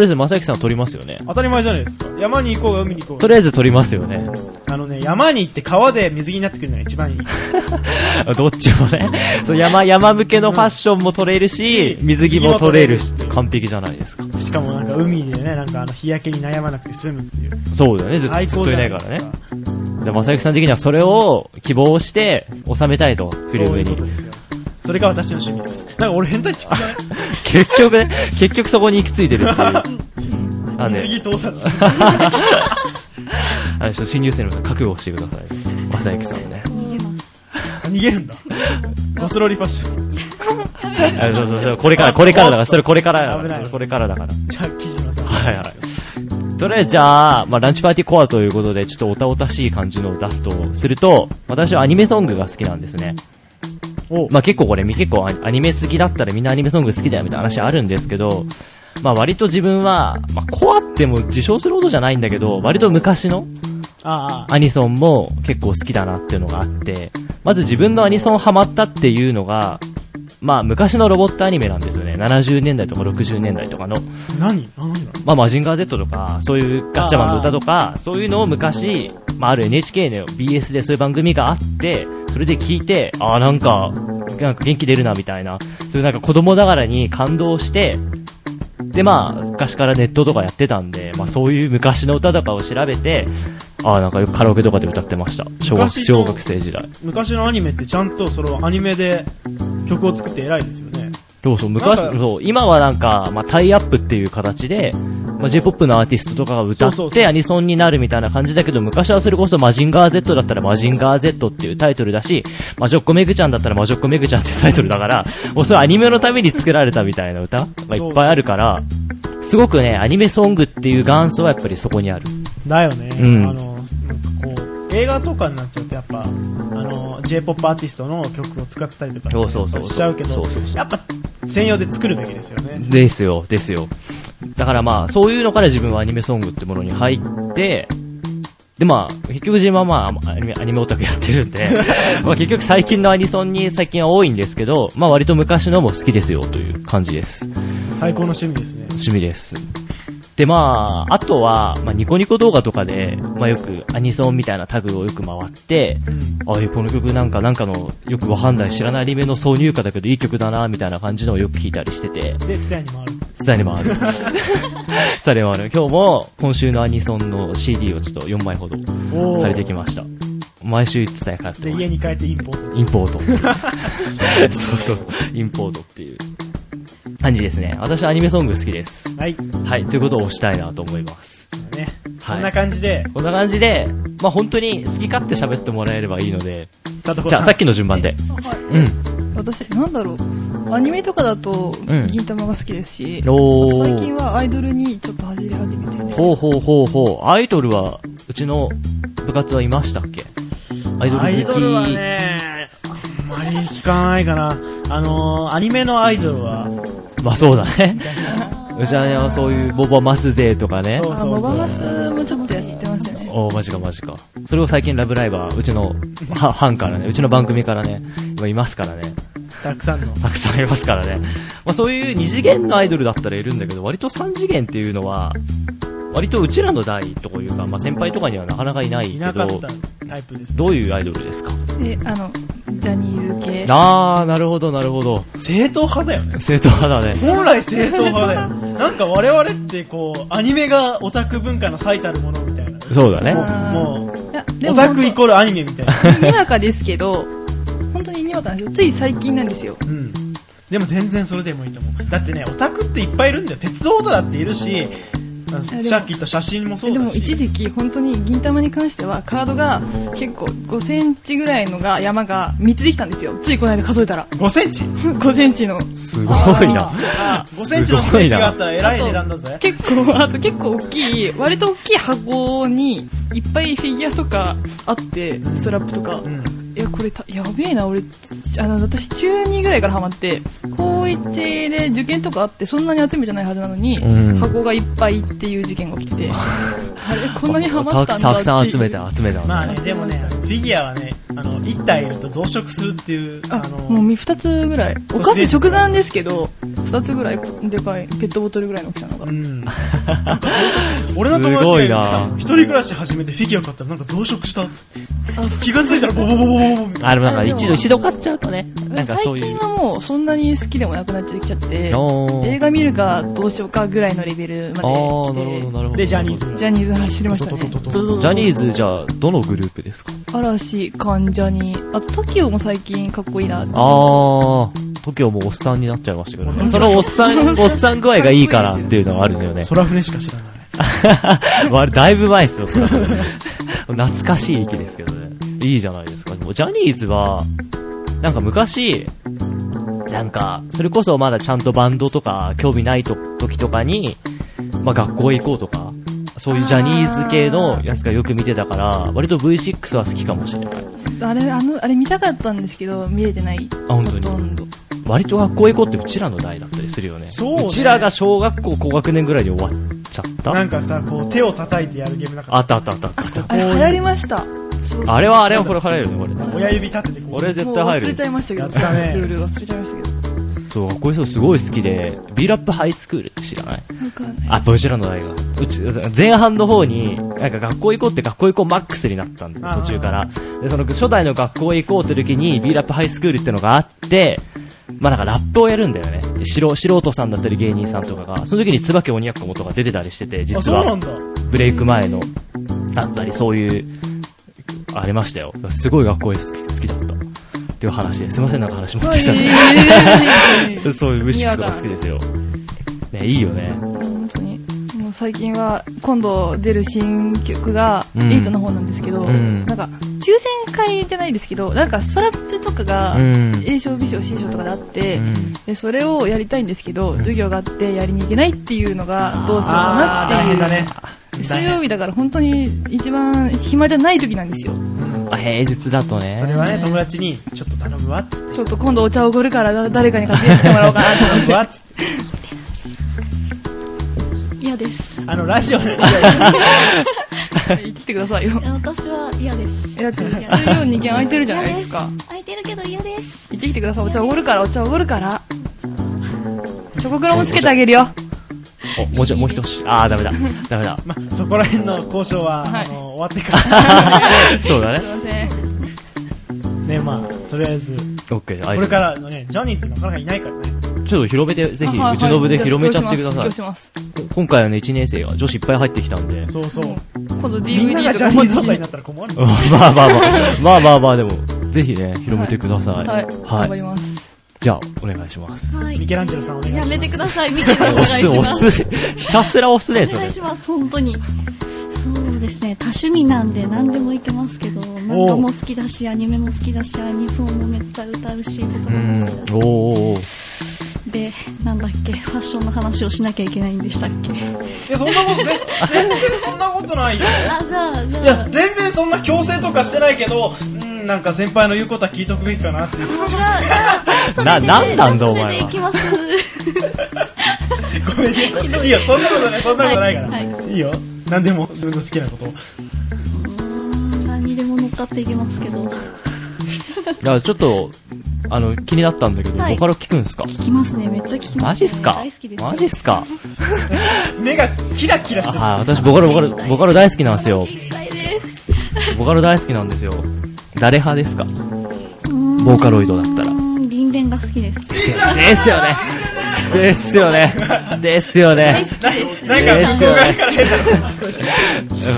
[SPEAKER 5] りあえず正行さんは撮りますよね。
[SPEAKER 2] 当たり前じゃないですか山に行こうが海に行こうが
[SPEAKER 5] とりあえず撮りますよね。
[SPEAKER 2] あのね山に行って川で水着になってくるのが一番いい
[SPEAKER 5] どっちも ね。そう山、山向けのファッションも撮れるし、水着も撮れるし、完璧じゃないですか。
[SPEAKER 2] しかもなんか海でねなんかあの日焼けに悩まなくて済むっていう
[SPEAKER 5] そうだよね。ずっと
[SPEAKER 2] 最
[SPEAKER 5] ずっ
[SPEAKER 2] 高
[SPEAKER 5] と
[SPEAKER 2] じ
[SPEAKER 5] い
[SPEAKER 2] ゃ
[SPEAKER 5] な
[SPEAKER 2] ないい
[SPEAKER 5] か
[SPEAKER 2] で
[SPEAKER 5] ら
[SPEAKER 2] す
[SPEAKER 5] ね
[SPEAKER 2] か。
[SPEAKER 5] で、正行さん的にはそれを希望して収めたいと、フィル
[SPEAKER 2] そう
[SPEAKER 5] ム
[SPEAKER 2] いうこ
[SPEAKER 5] に
[SPEAKER 2] と。ですよそれが私の趣味ですなんか俺変態チックじゃない
[SPEAKER 5] 結局ね、結局そこに行き着いてるっていう。 なんで
[SPEAKER 2] 水、着盗撮する
[SPEAKER 5] あの新入生の皆さん覚悟してください。正行さんもね。
[SPEAKER 7] 逃げます
[SPEAKER 2] 逃げるんだゴスロリファッション
[SPEAKER 5] あそうそうそう、これから、これからだから、それこれからだか
[SPEAKER 2] 危な
[SPEAKER 5] ら、
[SPEAKER 2] い
[SPEAKER 5] これからだから。
[SPEAKER 2] じゃあ木島さん
[SPEAKER 5] はいはい。とりあえずじゃあ、まあ、ランチパーティーコアということで、ちょっとおたおたしい感じのを出すとすると、私はアニメソングが好きなんですね。
[SPEAKER 2] お
[SPEAKER 5] まあ、結構これ、結構アニメ好きだったらみんなアニメソング好きだよみたいな話あるんですけど、まあ、割と自分は、まあ、コアっても自称するほどじゃないんだけど、割と昔の
[SPEAKER 2] ああ
[SPEAKER 5] アニソンも結構好きだなっていうのがあって、まず自分のアニソンハマったっていうのが、まあ、昔のロボットアニメなんですよね。70年代とか60年代とかの。
[SPEAKER 2] 何あ何なの
[SPEAKER 5] まあ、マジンガー Z とか、そういうガッチャマンの歌とか、そういうのを昔、まあ、ある NHK の BS でそういう番組があって、それで聞いて、ああ、なんか、なんか元気出るな、みたいな。そういうなんか子供ながらに感動して、で、まあ、昔からネットとかやってたんで、まあ、そういう昔の歌とかを調べて、ああ、なんかよくカラオケとかで歌ってました。小学
[SPEAKER 2] 昔の
[SPEAKER 5] 小学生時代。
[SPEAKER 2] 昔のアニメってちゃんとそのアニメで曲を作って偉いですよね
[SPEAKER 5] そうそう、昔、
[SPEAKER 2] なんか
[SPEAKER 5] そう、今はなんか、まあ、タイアップっていう形で、まあ、J-POP のアーティストとかが歌
[SPEAKER 2] そうそう
[SPEAKER 5] ってアニソンになるみたいな感じだけど、昔はそれこそマジンガー Z だったらマジンガー Z っていうタイトルだし、マジョッコメグちゃんだったらマジョッコメグちゃんっていうタイトルだから、もうそれアニメのために作られたみたいな歌、まあ、いっぱいあるから、すごくね、アニメソングっていう元祖はやっぱりそこにある。
[SPEAKER 2] だよね、
[SPEAKER 5] うん
[SPEAKER 2] あのなんかこう映画とかになっちゃうとやっぱあの J−POP アーティストの曲を使ったりとかね
[SPEAKER 5] そうそうそう
[SPEAKER 2] しちゃうけど
[SPEAKER 5] そうそうそう
[SPEAKER 2] やっぱ専用で作るべきですよね
[SPEAKER 5] ですよ、ですよ。だからまあ、そういうのから自分はアニメソングってものに入って、でまあ、結局自分はまあ、アニメ、アニメオタクやってるんで、 まあ結局最近のアニソンに最近は多いんですけど、まあ割と昔のも好きですよという感じです。
[SPEAKER 2] 最高の趣味ですね
[SPEAKER 5] 趣味です。でまあ、あとは、まあニコニコ動画とかで、まあよくアニソンみたいなタグをよく回って、ああいうこの曲なんかなんかのよくわかんない知らないアニメの挿入歌だけどいい曲だなみたいな感じのをよく聞いたりしてて、
[SPEAKER 2] でツタヤにもある
[SPEAKER 5] 伝えればある。伝えればある。今日も今週のアニソンの CD をちょっと4枚ほど
[SPEAKER 2] お
[SPEAKER 5] 借りてきました。毎週伝え通って
[SPEAKER 2] で
[SPEAKER 5] ま
[SPEAKER 2] 家
[SPEAKER 5] す。
[SPEAKER 2] に帰ってインポート
[SPEAKER 5] インポート。 そうそうそう。インポートっていう感じですね。私はアニメソング好きです。
[SPEAKER 2] はい、
[SPEAKER 5] はい。ということをしたいなと思います。
[SPEAKER 2] ね
[SPEAKER 5] はい
[SPEAKER 2] こんな感じで
[SPEAKER 5] こんな感じで、まあ本当に好き勝手喋ってもらえればいいので、
[SPEAKER 2] ちゃんとこ
[SPEAKER 5] じゃあさっ
[SPEAKER 2] う
[SPEAKER 5] きの順番で。
[SPEAKER 6] はい
[SPEAKER 5] うん。
[SPEAKER 6] 私なんだろうアニメとかだと
[SPEAKER 5] うん
[SPEAKER 6] 銀玉が好きですし、
[SPEAKER 5] おー
[SPEAKER 6] 最近はアイドルにちょっと走り始めてるんです
[SPEAKER 5] ほう
[SPEAKER 6] よ
[SPEAKER 5] ほうほうほう。アイドルは、うちの部活はいましたっけアイドル好き。
[SPEAKER 2] アイドルはねあんまり聞かないかなあのー、アニメのアイドルは
[SPEAKER 5] まあそうだね。うちはね、そういうボボマス勢とかね。
[SPEAKER 2] そう
[SPEAKER 6] あ
[SPEAKER 2] そ
[SPEAKER 6] モ
[SPEAKER 2] う
[SPEAKER 6] バ
[SPEAKER 2] そう
[SPEAKER 6] マスもちょっとやってますよね
[SPEAKER 5] おーマジかマジか。それを最近ラブライブは、うちの、は、班からね、うちの番組からね、今いますからね。
[SPEAKER 2] たくさんの
[SPEAKER 5] たくさんいますからね。まあそういう二次元のアイドルだったらいるんだけど、割と三次元っていうのは、割とうちらの代というか、まあ先輩とかにはなかなかいない
[SPEAKER 2] い
[SPEAKER 5] け
[SPEAKER 2] なかっ
[SPEAKER 5] ど
[SPEAKER 2] た、タイプです
[SPEAKER 5] どういうアイドルですか
[SPEAKER 6] であのジャニーズ系
[SPEAKER 5] あー、なるほどなるほど。
[SPEAKER 2] 正統派だよね
[SPEAKER 5] 正統派だね。
[SPEAKER 2] 本来正統派だよなんか我々ってこうアニメがオタク文化の最たるものみたいな
[SPEAKER 5] そうだね。
[SPEAKER 6] あー
[SPEAKER 2] も
[SPEAKER 6] いや
[SPEAKER 2] う
[SPEAKER 6] で
[SPEAKER 2] オ
[SPEAKER 6] も
[SPEAKER 2] タクイコールアニメみたいな
[SPEAKER 6] にわかですけど本当ににに分かんないですよつい最近なんですよ
[SPEAKER 2] うん、でも全然それでもいいと思うだってねオタクっていっぱいいるんだよ鉄道オタだっているしあのさ
[SPEAKER 6] も
[SPEAKER 2] っき言った写真もそう
[SPEAKER 6] で
[SPEAKER 2] だ
[SPEAKER 6] も
[SPEAKER 2] し
[SPEAKER 6] 一時期本当に銀玉に関してはカードが結構5センチぐらいのが山が3つできたんですよついこの間数えたら
[SPEAKER 2] 5センチ
[SPEAKER 6] 5センチの
[SPEAKER 5] すごいな。
[SPEAKER 2] 5センチのステーキがあったらえらい
[SPEAKER 6] すご
[SPEAKER 2] 値
[SPEAKER 6] いな
[SPEAKER 2] 段だぜ
[SPEAKER 6] 結構あと結構大きい割と大きい箱にいっぱいフィギュアとかあってストラップとか
[SPEAKER 2] うん
[SPEAKER 6] いやこれたやべえな俺あの私中2ぐらいからハマって高1で受験とかあってそんなに集めてないはずなのに、
[SPEAKER 5] うん
[SPEAKER 6] 箱がいっぱいっていう事件が起きて あれこんなにハマったんだ
[SPEAKER 5] た
[SPEAKER 6] って
[SPEAKER 5] く
[SPEAKER 6] いう
[SPEAKER 5] さん集めた、集めた。
[SPEAKER 2] まあねでもねフィギュアはねあの1体いると増殖するっていうあ
[SPEAKER 6] あ
[SPEAKER 2] の
[SPEAKER 6] もう2つぐらいお菓子直眼ですけど2つぐらいでかいペットボトルぐらいの大きさのが、
[SPEAKER 2] うん、 俺の友達が言ってたもん
[SPEAKER 5] すごいな
[SPEAKER 2] 一人暮らし始めてフィギュア買ったらなんか増殖したって
[SPEAKER 6] あ
[SPEAKER 2] 気がついたらボボボボボボボみたいな
[SPEAKER 5] あ、でもなんか
[SPEAKER 6] あでも
[SPEAKER 5] 一度、一度買っちゃうとね、なんかそう
[SPEAKER 6] 最
[SPEAKER 5] い
[SPEAKER 6] 近
[SPEAKER 5] う。
[SPEAKER 6] はもうそんなに好きでもなくなっちゃってきちゃって
[SPEAKER 5] おー
[SPEAKER 6] 映画見るかどうしようかぐらいのレベル
[SPEAKER 5] あー、
[SPEAKER 6] ま
[SPEAKER 5] な
[SPEAKER 6] で
[SPEAKER 5] るほど、
[SPEAKER 6] 来て
[SPEAKER 5] なるほど。
[SPEAKER 2] でジャニーズ。
[SPEAKER 6] ジャニーズ走りましたね
[SPEAKER 5] ジャニーズ、じゃあ、どのグループですか
[SPEAKER 6] 嵐、関ジャニ、あと TOKIO も最近かっこいいなって。
[SPEAKER 5] あー、TOKIO もおっさんになっちゃいましたけどね。そのおっさ ん、おっさん具合がいいからっていうのがあるんだよね。
[SPEAKER 2] 空船しか知らない
[SPEAKER 5] あれ、だいぶ前ですよ、それ懐かしい域ですけどね。いいじゃないですか。でもジャニーズは、なんか昔、なんか、それこそまだちゃんとバンドとか、興味ないと時とかに、まあ学校へ行こうとか、そういうジャニーズ系のやつがよく見てたから、割と V6 は好きかもしれない。
[SPEAKER 6] あれ、あの、あれ見たかったんですけど、見れてない。
[SPEAKER 5] あ本当に
[SPEAKER 6] ほとんど。
[SPEAKER 5] 割と学校へ行こうってうちらの代だったりするよね。
[SPEAKER 2] そうね
[SPEAKER 5] ちらが小学校高学年ぐらいで終わっちゃった
[SPEAKER 2] なんかさこう手を叩いてやるゲームなか
[SPEAKER 5] あ
[SPEAKER 2] っ
[SPEAKER 5] ったあったあったあった。
[SPEAKER 6] あれ、流行りました。
[SPEAKER 5] あれはあれはこれ入るよね、これね
[SPEAKER 2] た。親指立ててこう
[SPEAKER 5] 俺絶対
[SPEAKER 6] もう
[SPEAKER 5] 入
[SPEAKER 6] 忘
[SPEAKER 5] る
[SPEAKER 6] れち。ゃいましたけど、
[SPEAKER 2] やったね
[SPEAKER 6] ルール忘れちゃいましたけど。
[SPEAKER 5] そう、学校の人すごい好きで、ビーラップハイスクールって知らない
[SPEAKER 6] わかんない。
[SPEAKER 5] あ、うちらの代が。うち、前半の方に、なんか学校行こうって学校行こうマックスになったんで、
[SPEAKER 2] あー
[SPEAKER 5] 途中から。で、その初代の学校へ行こうって時に、ビーラップハイスクールってのがあって、まあなんかラップをやるんだよね。で素素人さんだったり芸人さんとかが、その時に椿鬼奴もとか出てたりしてて、
[SPEAKER 2] あ
[SPEAKER 5] 実
[SPEAKER 2] そうな
[SPEAKER 5] は
[SPEAKER 2] ん、だ
[SPEAKER 5] ブレイク前の、だったり、そういう、ありましたよ。すごい学校へ好き好きだった。っていう話です。すいません、なんか話持ってきちゃった。
[SPEAKER 6] えー
[SPEAKER 5] そういう V6 が好きですよ。ね、いいよね。
[SPEAKER 6] 本当に。もう最近は、今度出る新曲が、
[SPEAKER 5] うん
[SPEAKER 6] エイトの方なんですけど、
[SPEAKER 5] うん
[SPEAKER 6] なんか、抽選会じゃないですけど、なんかストラップとかが、
[SPEAKER 5] ん
[SPEAKER 6] A 賞、B 賞、C 賞とかであって、
[SPEAKER 5] うん
[SPEAKER 6] でそれをやりたいんですけど、授業があってやりに行けないっていうのがどうしようか
[SPEAKER 2] あ
[SPEAKER 6] な
[SPEAKER 2] あ
[SPEAKER 6] って
[SPEAKER 2] 大
[SPEAKER 6] いう
[SPEAKER 2] 変だね
[SPEAKER 6] 水曜日だから本当に一番暇じゃない時なんですよ
[SPEAKER 5] あ平日だとね。
[SPEAKER 2] それはね友達にちょっと頼むわっつって
[SPEAKER 6] ちょっと今度お茶おごるからだ誰かに買ってきてもらおうかなと思
[SPEAKER 2] 頼
[SPEAKER 6] っ
[SPEAKER 2] む
[SPEAKER 6] て
[SPEAKER 2] わっつって
[SPEAKER 7] 嫌です
[SPEAKER 2] あのラジオ で
[SPEAKER 6] 生きてくださいよ
[SPEAKER 7] いや私は嫌です
[SPEAKER 6] えだって水曜2件空いてるじゃないですか
[SPEAKER 7] 空いてるけど嫌です
[SPEAKER 6] 行ってきてくださいお茶おごるからお茶おごるからチョコクラもつけてあげるよ
[SPEAKER 5] お、もうちょい、もう一押し。ああ、ダメだ。ダメだ。
[SPEAKER 2] まあそこら辺の交渉は、
[SPEAKER 6] はい
[SPEAKER 2] あの終わってから
[SPEAKER 5] そうだ
[SPEAKER 6] すい
[SPEAKER 5] ね。
[SPEAKER 6] ません
[SPEAKER 2] ねまあとりあえず
[SPEAKER 5] オッケー。
[SPEAKER 2] こ
[SPEAKER 5] あ
[SPEAKER 2] れからのねジャニーズなかなかいないからね
[SPEAKER 5] ちょっと広めて、ぜひ、
[SPEAKER 6] あはいう
[SPEAKER 5] ちの部で広めちゃってくだ
[SPEAKER 6] はい
[SPEAKER 5] さ
[SPEAKER 6] じゃあ
[SPEAKER 5] い
[SPEAKER 6] 布。教します
[SPEAKER 5] こ今回はね、1年生が女子いっぱい入ってきたんで。
[SPEAKER 2] そうそう
[SPEAKER 6] 布教します今度
[SPEAKER 2] みんなが
[SPEAKER 6] DVD と
[SPEAKER 2] ジャ
[SPEAKER 6] か
[SPEAKER 2] ニ
[SPEAKER 6] 持
[SPEAKER 2] ー
[SPEAKER 6] って
[SPEAKER 2] ズ状態
[SPEAKER 6] きて
[SPEAKER 2] になったら困る
[SPEAKER 5] まあまあまあ、まあまあまあ、でも、ぜひね、広めてください。
[SPEAKER 6] はい頑張
[SPEAKER 5] い。
[SPEAKER 6] ります
[SPEAKER 5] じゃあ、お願いします。
[SPEAKER 7] はい
[SPEAKER 2] ミケランジェロさんお願いしま
[SPEAKER 7] や
[SPEAKER 2] す
[SPEAKER 7] めてくださいミケでお願
[SPEAKER 5] 押
[SPEAKER 7] いし
[SPEAKER 5] す、
[SPEAKER 7] ます
[SPEAKER 5] 押す。ひたすら押すね、
[SPEAKER 7] お
[SPEAKER 5] そ
[SPEAKER 7] 願
[SPEAKER 5] れ
[SPEAKER 7] い。します本当にそうですね多趣味なんで何でもいけますけど漫画も好きだしアニメも好きだしアニソンもめっちゃ歌うし言葉
[SPEAKER 5] う
[SPEAKER 7] も
[SPEAKER 5] ん
[SPEAKER 7] 好きだ。し
[SPEAKER 5] おーおーおー
[SPEAKER 7] でなんだっけファッションの話をしなきゃいけないんでしたっけ
[SPEAKER 2] いやそんなことね全然そんなことないよ
[SPEAKER 7] あじゃあじ
[SPEAKER 2] い
[SPEAKER 7] ゃ
[SPEAKER 2] や全然そんな強制とかしてないけどうんなんか先輩の言うことは聞いとくべきかなっていう
[SPEAKER 7] あじゃあじゃあそれで
[SPEAKER 5] ななんなんだ
[SPEAKER 7] じゃあ
[SPEAKER 5] お前は
[SPEAKER 7] それでいきます
[SPEAKER 2] ごめんねいいよそんなことないそんなことないから、
[SPEAKER 7] はいい
[SPEAKER 2] い
[SPEAKER 7] は
[SPEAKER 2] よ何でも自分の好きなことを
[SPEAKER 7] うーん何にでも乗っかっていきますけど
[SPEAKER 5] だからちょっと、あの、気になったんだけど、ボ
[SPEAKER 7] はい
[SPEAKER 5] カロ聞くんすか
[SPEAKER 7] 聞きますねめっちゃ聞きます、ね、
[SPEAKER 5] マジっすか
[SPEAKER 7] 大好きです
[SPEAKER 5] マジっす か
[SPEAKER 2] 目がキラキラしてる
[SPEAKER 5] あー、私、ボカロ、ボカロ、ボカロ大好きなんですよ。
[SPEAKER 7] 聞きたいです
[SPEAKER 5] ボカロ大好きなんですよ。誰派ですかボーカロイドだったら
[SPEAKER 7] うーんリンレンが好きです
[SPEAKER 5] ですよね。ですよね。ですよね。
[SPEAKER 2] なんか向こう側から変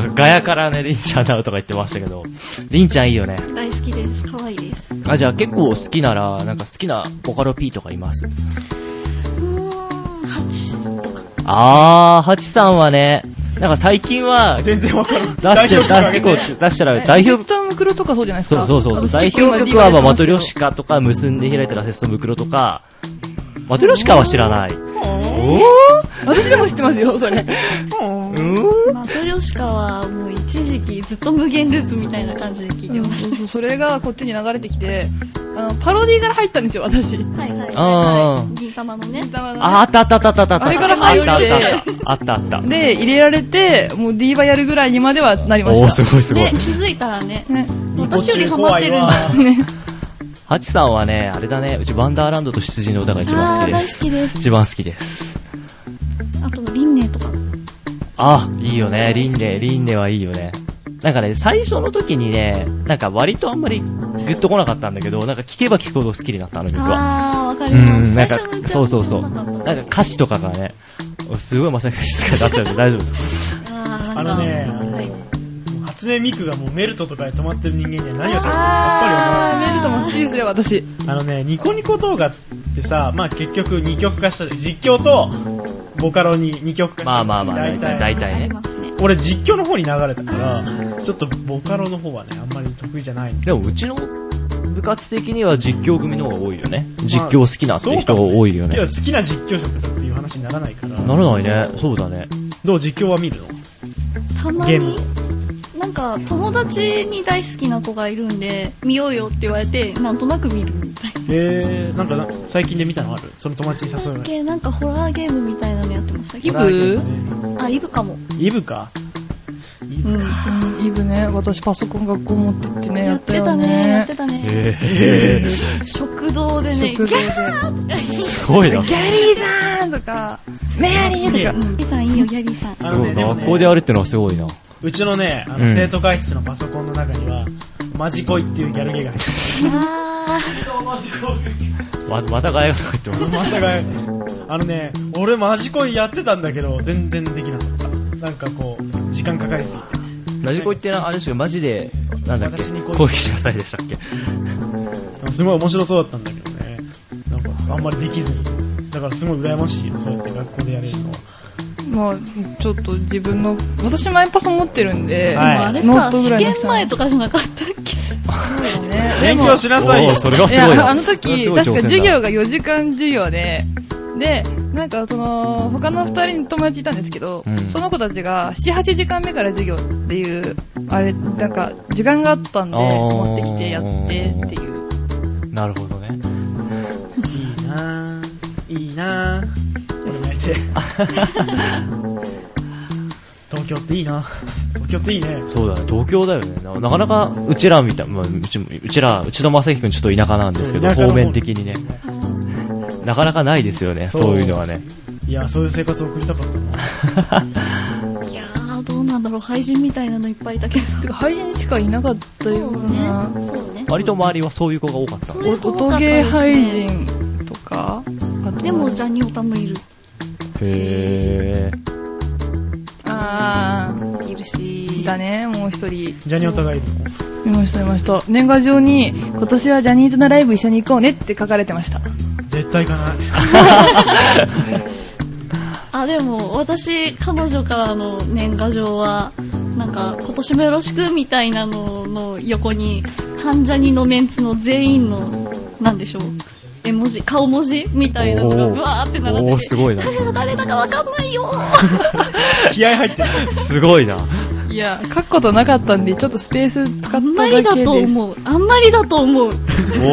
[SPEAKER 2] な
[SPEAKER 5] うんガヤからね、りんちゃんだとか言ってましたけど、りんちゃんいいよね。
[SPEAKER 7] 大好きです可愛いです
[SPEAKER 5] あ、じゃあ結構好きなら、なんか好きなボカロ P とかいます
[SPEAKER 7] ーん、8。
[SPEAKER 5] あー、ハチさんはね、なんか最近は、
[SPEAKER 4] 全然わからん。
[SPEAKER 5] 出して、出して、結構出したら
[SPEAKER 6] え
[SPEAKER 5] 代
[SPEAKER 6] ラケ
[SPEAKER 5] 表
[SPEAKER 6] ッ、トのムクロとかそうじゃないです
[SPEAKER 5] そ
[SPEAKER 6] か。
[SPEAKER 5] うそうそうそう、代
[SPEAKER 6] 私
[SPEAKER 5] 表曲はまあマトリョ。
[SPEAKER 6] 結
[SPEAKER 5] シカとか、結んで開いたらセストムクロとか、マトリョシカは知らない。おー
[SPEAKER 6] 構今 DY やってますけど私でも知ってますよ、それ。
[SPEAKER 7] マトリョシカはもう一時期ずっと無限ループみたいな感じで聞いて
[SPEAKER 6] でも
[SPEAKER 7] まし
[SPEAKER 6] そうそうそれがこっちに流れてきてあのパロディから入ったんですよ私
[SPEAKER 7] た。はいはいはい、
[SPEAKER 5] あ
[SPEAKER 7] はい。銀玉のね。
[SPEAKER 5] あ、あったあったあったあったあった。
[SPEAKER 6] あれから入って
[SPEAKER 5] あったあったあった。あった
[SPEAKER 6] で入れられてもうディーバやるぐらいにまではなりま
[SPEAKER 5] おー、す
[SPEAKER 6] し
[SPEAKER 5] ごいすごい
[SPEAKER 7] ね、。気づいたらね、
[SPEAKER 6] たね
[SPEAKER 7] 私よりハマってるんだ。
[SPEAKER 6] ねね
[SPEAKER 5] ハチさんはね、あれだね、うちワンダーランドと羊の歌が一番好
[SPEAKER 7] あ
[SPEAKER 5] きで
[SPEAKER 7] ー大好
[SPEAKER 5] す。
[SPEAKER 7] きです。
[SPEAKER 5] 一番好きです。
[SPEAKER 7] あと、リンネとか。
[SPEAKER 5] あ、いいよね、リンネ、リンネはいいよね。なんかね、最初の時にね、なんか割とあんまりグッと来なかったんだけど、なんか聴けば聴くほど好きになった、あの曲は。
[SPEAKER 7] あー、わかり
[SPEAKER 5] う
[SPEAKER 7] ます。
[SPEAKER 5] ん、なんか
[SPEAKER 7] 最初のう、ちは
[SPEAKER 5] そうそうそう。
[SPEAKER 7] わ
[SPEAKER 5] な
[SPEAKER 7] かん
[SPEAKER 5] んか
[SPEAKER 7] なかっ
[SPEAKER 5] 歌詞とかがね、すごいまさか静かになっちゃうんで大丈夫ですか
[SPEAKER 7] たあー、な
[SPEAKER 4] あ
[SPEAKER 7] ん
[SPEAKER 4] の
[SPEAKER 7] か
[SPEAKER 4] ね、
[SPEAKER 7] はい
[SPEAKER 4] 初音ミクがもうメルトとかで止まってる人間には何をされてるのかさっぱりわから
[SPEAKER 6] あ
[SPEAKER 4] ない。
[SPEAKER 6] ーメルトも好きですよ私
[SPEAKER 4] あのね、ニコニコ動画ってさ、まあ結局2極化した、実況とボカロに2極化した。
[SPEAKER 5] まあまあまあ、
[SPEAKER 4] 大体
[SPEAKER 5] 大体
[SPEAKER 7] あ
[SPEAKER 5] ね
[SPEAKER 7] り。ますね。
[SPEAKER 4] 俺実況の方に流れたから、ちょっとボカロの方はね、あんまり得意じゃないんで。
[SPEAKER 5] でもうちの部活的には実況組の方が多いよね。実況好きなっていう人が多いよ
[SPEAKER 4] け
[SPEAKER 5] ね
[SPEAKER 4] ど。好きな実況者とかっていう話にならないから、
[SPEAKER 5] ならないね。そうだね。
[SPEAKER 4] どう実況は見るの
[SPEAKER 7] たま
[SPEAKER 4] ゲーム
[SPEAKER 7] に、なんか、友達に大好きな子がいるんで、見ようよって言われて、なんとなく見るみたい
[SPEAKER 4] えー、なんかな最近で見たのあるその友達に誘う
[SPEAKER 7] な。
[SPEAKER 4] の
[SPEAKER 7] けなんか、ホラーゲームみたいなのやってました。
[SPEAKER 6] イ
[SPEAKER 7] け
[SPEAKER 6] ブ
[SPEAKER 7] どあ、イブかも。
[SPEAKER 4] イブか。イ
[SPEAKER 6] う
[SPEAKER 4] ブか。
[SPEAKER 6] ん、うん、イブね私パソコン学校持ってってねや
[SPEAKER 7] や
[SPEAKER 6] っ
[SPEAKER 7] ったて
[SPEAKER 6] よ
[SPEAKER 7] たね、や
[SPEAKER 6] ね
[SPEAKER 7] ってたね。
[SPEAKER 5] え
[SPEAKER 7] 食堂でね、
[SPEAKER 6] 食堂で
[SPEAKER 5] すごいな。
[SPEAKER 6] ギャリーさんとかメアリ
[SPEAKER 4] すげえ
[SPEAKER 6] ーと
[SPEAKER 7] う
[SPEAKER 6] か
[SPEAKER 7] んギャリーさんいいよ、ギャリーさん。
[SPEAKER 4] あ
[SPEAKER 5] す
[SPEAKER 4] の
[SPEAKER 5] ご
[SPEAKER 4] ね
[SPEAKER 5] い。
[SPEAKER 4] でも
[SPEAKER 5] 学
[SPEAKER 4] ね
[SPEAKER 5] 校であるってのはすごいな。
[SPEAKER 4] うちのね、あ
[SPEAKER 5] う
[SPEAKER 4] の
[SPEAKER 5] ん
[SPEAKER 4] 生徒会室のパソコンの中には、マジ恋っていうギャルゲーが 入って
[SPEAKER 7] あ
[SPEAKER 5] ま、またガヤが入って ます。
[SPEAKER 4] まさかあのね俺マジ恋やってたんだけど全然できなかったなんかこう時間かかりすぎて
[SPEAKER 5] ラジコイってな、あれですけど、マジで、なんだっけ、
[SPEAKER 4] 私に恋し
[SPEAKER 5] 恋しなさいでしたっけ。
[SPEAKER 4] あすごい面白そうだったんだけどねなんかあんまりできずにだからすごい羨ましいよそうやって学校でやれるのは
[SPEAKER 6] まあちょっと自分の私マイパソ持ってるんで、
[SPEAKER 7] ー、
[SPEAKER 4] はい
[SPEAKER 7] でもあ
[SPEAKER 6] ノー
[SPEAKER 7] れさ、
[SPEAKER 6] トぐらいの大き
[SPEAKER 7] 試験
[SPEAKER 6] さなん
[SPEAKER 7] 前
[SPEAKER 6] で
[SPEAKER 7] とかじゃなかったっけ
[SPEAKER 6] ねで
[SPEAKER 4] 勉
[SPEAKER 6] も
[SPEAKER 4] 強しなさい
[SPEAKER 5] お
[SPEAKER 4] よ
[SPEAKER 5] ーそれが
[SPEAKER 6] い
[SPEAKER 5] すごい
[SPEAKER 6] や
[SPEAKER 5] な。
[SPEAKER 6] あの時
[SPEAKER 5] それ
[SPEAKER 6] 確か
[SPEAKER 5] はすごい挑戦だ
[SPEAKER 6] 授業が4時間授業ででなんかその他の2人に友達いたんですけど、
[SPEAKER 5] うん
[SPEAKER 6] その子たちが78時間目から授業っていうあれなんか時間があったんで
[SPEAKER 5] あー
[SPEAKER 6] 持ってきてやってっていう
[SPEAKER 5] なるほどね。
[SPEAKER 4] いいなぁいいなぁ俺もやりてえ東京っていいな東京っていいね
[SPEAKER 5] そうだね、東京だよね。ななかなか、うちらみたい、まあ、うちも、うちら、うちの正樹くんちょっと田舎なんですけど、
[SPEAKER 4] そう田舎の
[SPEAKER 5] 方
[SPEAKER 4] 方
[SPEAKER 5] 面的 にね。なかなかないですよね、
[SPEAKER 4] そう
[SPEAKER 5] そういうのはね。
[SPEAKER 4] いやそういう生活を送りたかったない
[SPEAKER 7] やー、どうなんだろう、廃人みたいなのいっぱいいたけど。
[SPEAKER 6] てか配信しかいなかったような、
[SPEAKER 7] そうね。
[SPEAKER 5] 割と周りはそういう子が多かった。
[SPEAKER 7] そういう子
[SPEAKER 6] 音
[SPEAKER 7] 多かった
[SPEAKER 6] ゲー
[SPEAKER 7] ですね
[SPEAKER 6] 配信とかあと
[SPEAKER 7] でも、ジャニオタもいる。
[SPEAKER 5] へ
[SPEAKER 6] ああいるしだねもう一人
[SPEAKER 4] ジャニオタがいるの
[SPEAKER 6] 見ました見ました年賀状に今年はジャニーズなライブ一緒に行こうねって書かれてました
[SPEAKER 4] 絶対行かない
[SPEAKER 7] あ、でも、私、彼女からの年賀状は、なんか、今年もよろしくみたいなのの横に、患者にのメンツの全員の、なんでしょう、絵文字、顔文字みたいなのが、
[SPEAKER 5] おー
[SPEAKER 7] ぶわーって
[SPEAKER 5] え。
[SPEAKER 7] 並ん
[SPEAKER 5] お
[SPEAKER 7] で
[SPEAKER 5] ー、
[SPEAKER 7] て
[SPEAKER 5] すごいな。
[SPEAKER 7] 誰が誰だかわかんないよ
[SPEAKER 4] 気合入ってる
[SPEAKER 5] すごいな。
[SPEAKER 6] いや書くことなかったんでちょっとスペース使
[SPEAKER 7] あ
[SPEAKER 6] っ
[SPEAKER 7] んま
[SPEAKER 6] た
[SPEAKER 7] り
[SPEAKER 6] だ
[SPEAKER 7] だ
[SPEAKER 6] け
[SPEAKER 7] と
[SPEAKER 6] です
[SPEAKER 7] 思う。あんまりだと思う。
[SPEAKER 5] おー、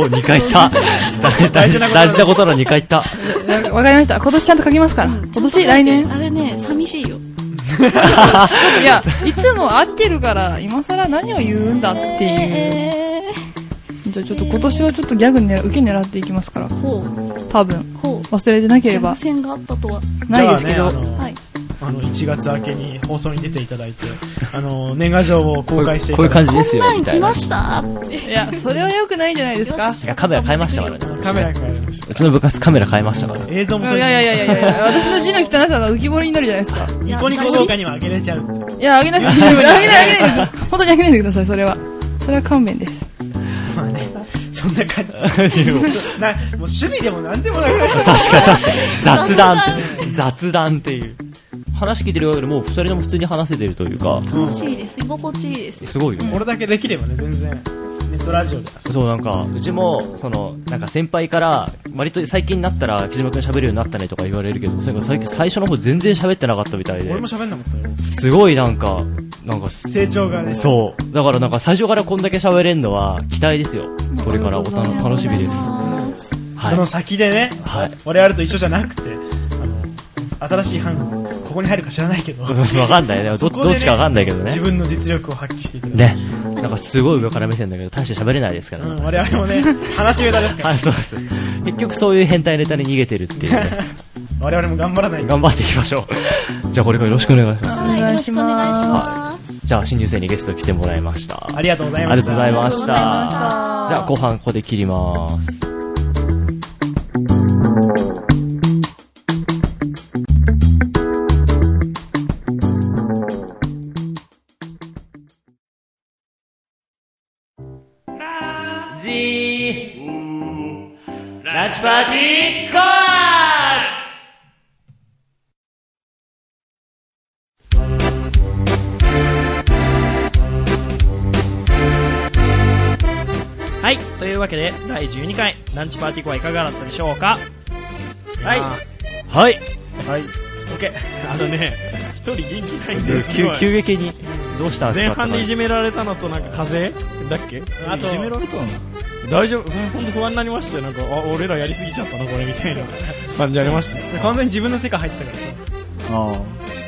[SPEAKER 5] 2回 言った。大
[SPEAKER 4] 大事
[SPEAKER 5] 事な
[SPEAKER 4] なことと
[SPEAKER 5] こ大事なことの2回言った。
[SPEAKER 6] なんかわかりました今年ちゃんと書きますから今年来年
[SPEAKER 7] あれね、寂しいよ。
[SPEAKER 6] ちょっといやいつも会ってるから今更何を言うんだっていう
[SPEAKER 7] え
[SPEAKER 6] じゃあちょっと今年はちょっとギャグ狙受け狙っていきますから
[SPEAKER 7] ー、ほう、
[SPEAKER 6] 多分
[SPEAKER 7] ほう。
[SPEAKER 6] 忘れてなければ
[SPEAKER 7] 逆線があったとは。
[SPEAKER 6] ないですけど、
[SPEAKER 4] じゃあねあの
[SPEAKER 7] はい。
[SPEAKER 4] あの1月明けに放送に出ていただいてあの年賀状を公開してい
[SPEAKER 5] こう
[SPEAKER 4] た
[SPEAKER 5] いう
[SPEAKER 4] だいて
[SPEAKER 5] 感じです
[SPEAKER 7] こん
[SPEAKER 5] よ、
[SPEAKER 7] な
[SPEAKER 5] み
[SPEAKER 7] ん
[SPEAKER 5] たい
[SPEAKER 7] 来
[SPEAKER 5] な
[SPEAKER 7] ま。した
[SPEAKER 6] いやそれは良くないんじゃないですか
[SPEAKER 5] いや、カメラ変えましたからね。
[SPEAKER 4] カメラ変えました
[SPEAKER 5] うちの部活カメラ変えましたから。
[SPEAKER 4] 映像
[SPEAKER 6] い
[SPEAKER 4] も
[SPEAKER 6] や
[SPEAKER 4] 撮
[SPEAKER 6] い
[SPEAKER 4] れちゃう
[SPEAKER 6] やいやいやいや私の字の汚さが浮き彫りになるじゃないですか
[SPEAKER 7] い
[SPEAKER 4] ニ
[SPEAKER 7] や
[SPEAKER 4] コニコ動画にはあげれちゃうって
[SPEAKER 6] いやあげないあげないあげないあげない本当にあげないでくださいそれはそれは勘弁です
[SPEAKER 4] まあねちそんな感じ。なもう趣味でも何でもなくなっ
[SPEAKER 5] 確かに確かに。雑談って、雑談っていう。話聞いてるわけでもう二人とも普通に話せてるというか、
[SPEAKER 7] 楽しいです。居心地いいです。
[SPEAKER 5] すごいよね。
[SPEAKER 4] 俺だけできればね、全然。ネットラジオで。
[SPEAKER 5] そうなんか、うちも、その、なんか先輩から、割と最近になったら、木島くん喋るようになったねとか言われるけど、なんか最近最初の方全然喋ってなかったみたいで
[SPEAKER 4] 俺、も喋んなかったよ。
[SPEAKER 5] すごいなんか、なんかす、
[SPEAKER 4] 成長がね。
[SPEAKER 5] そう。だからなんか最初からこんだけ喋れんのは期待ですよ。これからおたの楽しみです。は
[SPEAKER 4] その
[SPEAKER 5] い。
[SPEAKER 4] 先でね、
[SPEAKER 5] はい。
[SPEAKER 4] 我々と一緒じゃなくて、あの、新しい班、ここに入るか知らないけ ど、
[SPEAKER 5] わかんないね。ど
[SPEAKER 4] そこで
[SPEAKER 5] ど
[SPEAKER 4] ね
[SPEAKER 5] っちかわかんないけどね
[SPEAKER 4] 自。分の実力を発揮していただいて。
[SPEAKER 5] ね。なんかすごい上から目線だけど、大して喋れないですから
[SPEAKER 4] う
[SPEAKER 5] ね
[SPEAKER 4] ん、。我々もね、話し下手ですから、
[SPEAKER 5] はい、そうです。結局そういう変態ネタに逃げてるっていうね。
[SPEAKER 4] 我々も頑張らないと。
[SPEAKER 5] 頑張っていきましょう。じゃあこれからよろしくお願いしま
[SPEAKER 7] はい、よろしくお願いします。
[SPEAKER 5] す。じゃあ新入生にゲスト来てもらいました。
[SPEAKER 4] ありがとうございま
[SPEAKER 5] あり
[SPEAKER 4] し
[SPEAKER 5] がと
[SPEAKER 4] た。
[SPEAKER 5] うござい
[SPEAKER 6] ありが
[SPEAKER 5] ま
[SPEAKER 6] とう
[SPEAKER 5] し
[SPEAKER 6] ご
[SPEAKER 5] た
[SPEAKER 6] ざいまし
[SPEAKER 5] じ
[SPEAKER 6] た。
[SPEAKER 5] ゃあ後半ここで切ります。
[SPEAKER 1] はい、というわけで第12回ランチパーティーはいかがだったでしょうかはい
[SPEAKER 5] はい。
[SPEAKER 1] はい。オッケー。あのね、一人元気ないんです
[SPEAKER 5] 急
[SPEAKER 1] よ。
[SPEAKER 5] 急激に。どうしたんですか
[SPEAKER 1] 前半でい
[SPEAKER 5] って
[SPEAKER 1] じめられたのとなんか風邪だっけあと
[SPEAKER 2] いじめられたの
[SPEAKER 1] 大丈夫本当不安になりましたよなんかあ俺らやりすぎちゃったなこれみたいな感じありましたよ
[SPEAKER 4] 完全に自分の世界入ったからさ。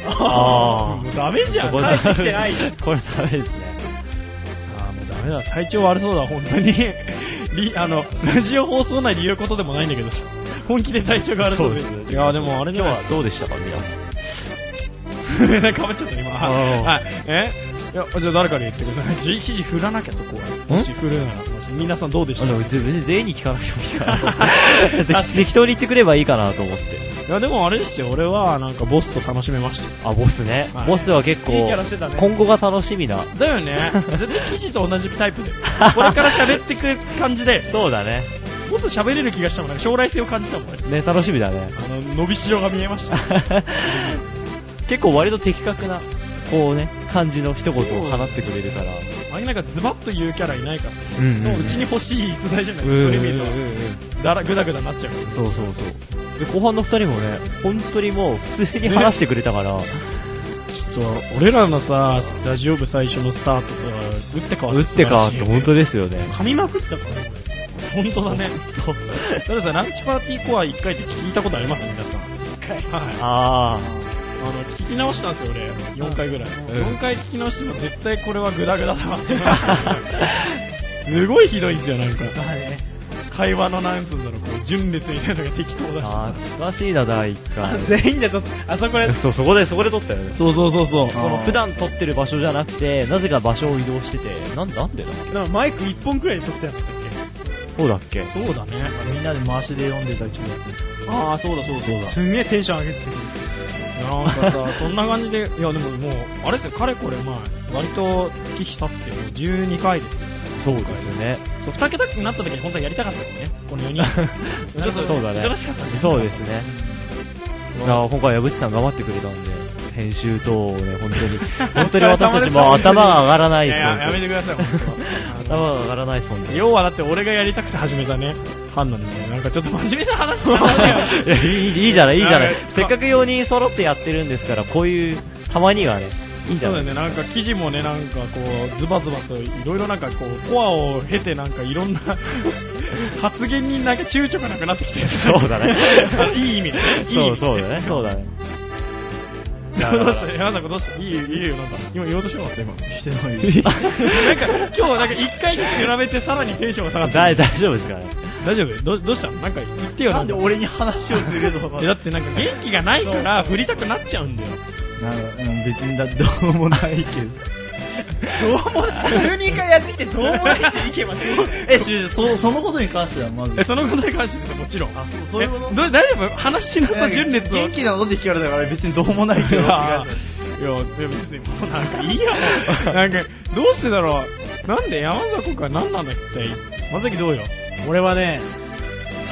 [SPEAKER 2] あ
[SPEAKER 5] あ
[SPEAKER 1] もうダメじゃん
[SPEAKER 5] これ
[SPEAKER 1] 帰ってきてない
[SPEAKER 5] あ。 これダメですね。
[SPEAKER 1] あもうダメだ体調悪そうだ本当に りあのラジオ放送内で言うことでもないんだけどさ本気で体調が悪そうで
[SPEAKER 5] そうですね
[SPEAKER 1] いやでもあれで
[SPEAKER 5] 今日
[SPEAKER 1] は
[SPEAKER 5] はどうでしたか皆さん。
[SPEAKER 1] なんかぶっちゃった今
[SPEAKER 5] あー
[SPEAKER 1] はいえいやじゃあ誰から言 ってくださいじ記事振らなきゃそこはもし振るなら皆さんどうでした
[SPEAKER 5] あでも別に全員に聞かなくてもいい かなと思って適当に言ってくればいいかなと思って。
[SPEAKER 1] いやでもあれですよ俺はなんかボスと楽しめましたよ
[SPEAKER 5] あ、ボスね
[SPEAKER 1] はい。
[SPEAKER 5] ボスは結構、
[SPEAKER 1] いいキャラしてたね
[SPEAKER 5] 今後が楽しみな。
[SPEAKER 1] だよね絶対記事と同じタイプでこれから喋ってく感じで
[SPEAKER 5] そうだね。
[SPEAKER 1] ボス喋れる気がしたもんなんか将来性を感じたもんあれ
[SPEAKER 5] ね、楽しみだね。
[SPEAKER 1] あの伸びしろが見えました
[SPEAKER 5] 結構割と的確な、こうね、感じの一言を放ってくれるから。
[SPEAKER 1] あれなんかズバッと言うキャラいないから、
[SPEAKER 5] うん
[SPEAKER 1] ううちに欲しい逸材じゃない
[SPEAKER 5] うん
[SPEAKER 1] です
[SPEAKER 5] うん
[SPEAKER 1] か
[SPEAKER 5] う
[SPEAKER 1] そ
[SPEAKER 5] ん
[SPEAKER 1] れ
[SPEAKER 5] うん
[SPEAKER 1] 見るとだらグダグダなっちゃうから
[SPEAKER 5] そうそうそう。で、後半の二人もね、本当にもう普通に話してくれたから、
[SPEAKER 1] ちょっと俺らのさラジオ部最初のスタートと打って変わ
[SPEAKER 5] 打ってかって本当ですよね。
[SPEAKER 1] 噛みまくったからねこれ本当だ ねたださランチパーティーコア1回って聞いたことあります皆さん1回はい
[SPEAKER 5] あ
[SPEAKER 1] あの聞き直したんですよ俺4回ぐらい、
[SPEAKER 5] ん
[SPEAKER 1] 4回聞き直しても絶対これはグダグダだわって思いました すごいひどいんですよなんか会話のなんつうんだろうこう順列みたいなのが適当
[SPEAKER 5] ー
[SPEAKER 1] だし
[SPEAKER 5] あ
[SPEAKER 1] さ
[SPEAKER 5] ー、懐かしいな、第一 回。
[SPEAKER 4] 全員でちょっと、あそこで、
[SPEAKER 5] そう、そこで、そこで撮ったよね。
[SPEAKER 1] そうそうそうそう
[SPEAKER 5] その普段撮ってる場所じゃなくて、なぜか場所を移動してて、なんなんでだ
[SPEAKER 4] なんかマイク1本くらいで撮ったやつだっ
[SPEAKER 5] そうだっけ
[SPEAKER 1] そうだね
[SPEAKER 2] あみんなで回しで読んでた気がする
[SPEAKER 1] ああそうだそうだそう
[SPEAKER 4] け。すんげえテンション上げてる。
[SPEAKER 1] なんかさそんな感じでいやでももうあれですよかれこれまあ割と月日経ってもう12回ですよ
[SPEAKER 5] そうですよね。
[SPEAKER 1] そう2桁になった時に本当はやりたかったよねこの4人 ちょっと
[SPEAKER 5] そうだね
[SPEAKER 1] 忙しかったんです
[SPEAKER 5] そうですね。だから今回、矢渕さん頑張ってくれたんで、編集等をね、本当に、 本当に私たちもう頭が上がらない
[SPEAKER 1] い
[SPEAKER 5] です
[SPEAKER 1] や
[SPEAKER 5] よ
[SPEAKER 1] いややめてください本当は
[SPEAKER 5] 頭が上がらないです、本当に。
[SPEAKER 1] 要はだって俺がやりたくて始めたね班なんでねなんかちょっと 真面目な話になったよ
[SPEAKER 5] いやいいいいじゃない、いいじゃな
[SPEAKER 1] なん
[SPEAKER 5] い
[SPEAKER 1] か。
[SPEAKER 5] せっかく4人揃ってやってるんですから、こういう、たまにはね、いいじ
[SPEAKER 1] そ
[SPEAKER 5] ゃ
[SPEAKER 1] う
[SPEAKER 5] な
[SPEAKER 1] だ
[SPEAKER 5] い。
[SPEAKER 1] ねなんか記事もねなんかこうズバズバといろいろなんかこうコアを経てなんかいろんな 発言になんか躊躇がなくなってきてる
[SPEAKER 5] そうだね。
[SPEAKER 1] いい意味でねいい
[SPEAKER 5] そ
[SPEAKER 1] 意
[SPEAKER 5] う
[SPEAKER 1] 味
[SPEAKER 5] そうだね、そうだね。
[SPEAKER 1] どう した山田君どうしたいいよいいよなんか今言おうとしてなかった今
[SPEAKER 2] してないよ
[SPEAKER 1] なんか今日なんか一回に比べてさらにテンションが下がった
[SPEAKER 5] 大大丈夫ですかね。
[SPEAKER 1] 大丈夫どうどうしたなんか言ってよ
[SPEAKER 2] な
[SPEAKER 1] なんん
[SPEAKER 2] で
[SPEAKER 1] か
[SPEAKER 2] 俺に話をする のか
[SPEAKER 1] えだってなんか元気がないから振りたくなっちゃうんだよ
[SPEAKER 2] なんかうん別にだってどうもないけど
[SPEAKER 4] 12回やってきてどうもないっていけば
[SPEAKER 2] え、しゅうそそのことに関してはま ず
[SPEAKER 1] え。そのことに関してですもちろん
[SPEAKER 2] あ、そそういうこと
[SPEAKER 1] えど大丈夫話しなさ順列を
[SPEAKER 2] 元気なのって聞かれたから別にどうもないけど。
[SPEAKER 1] いやいや別にもうなんかいいやもうなんかどうしてだろうなんで山里君は何なんだ一体まさきどうよ
[SPEAKER 4] 俺はね、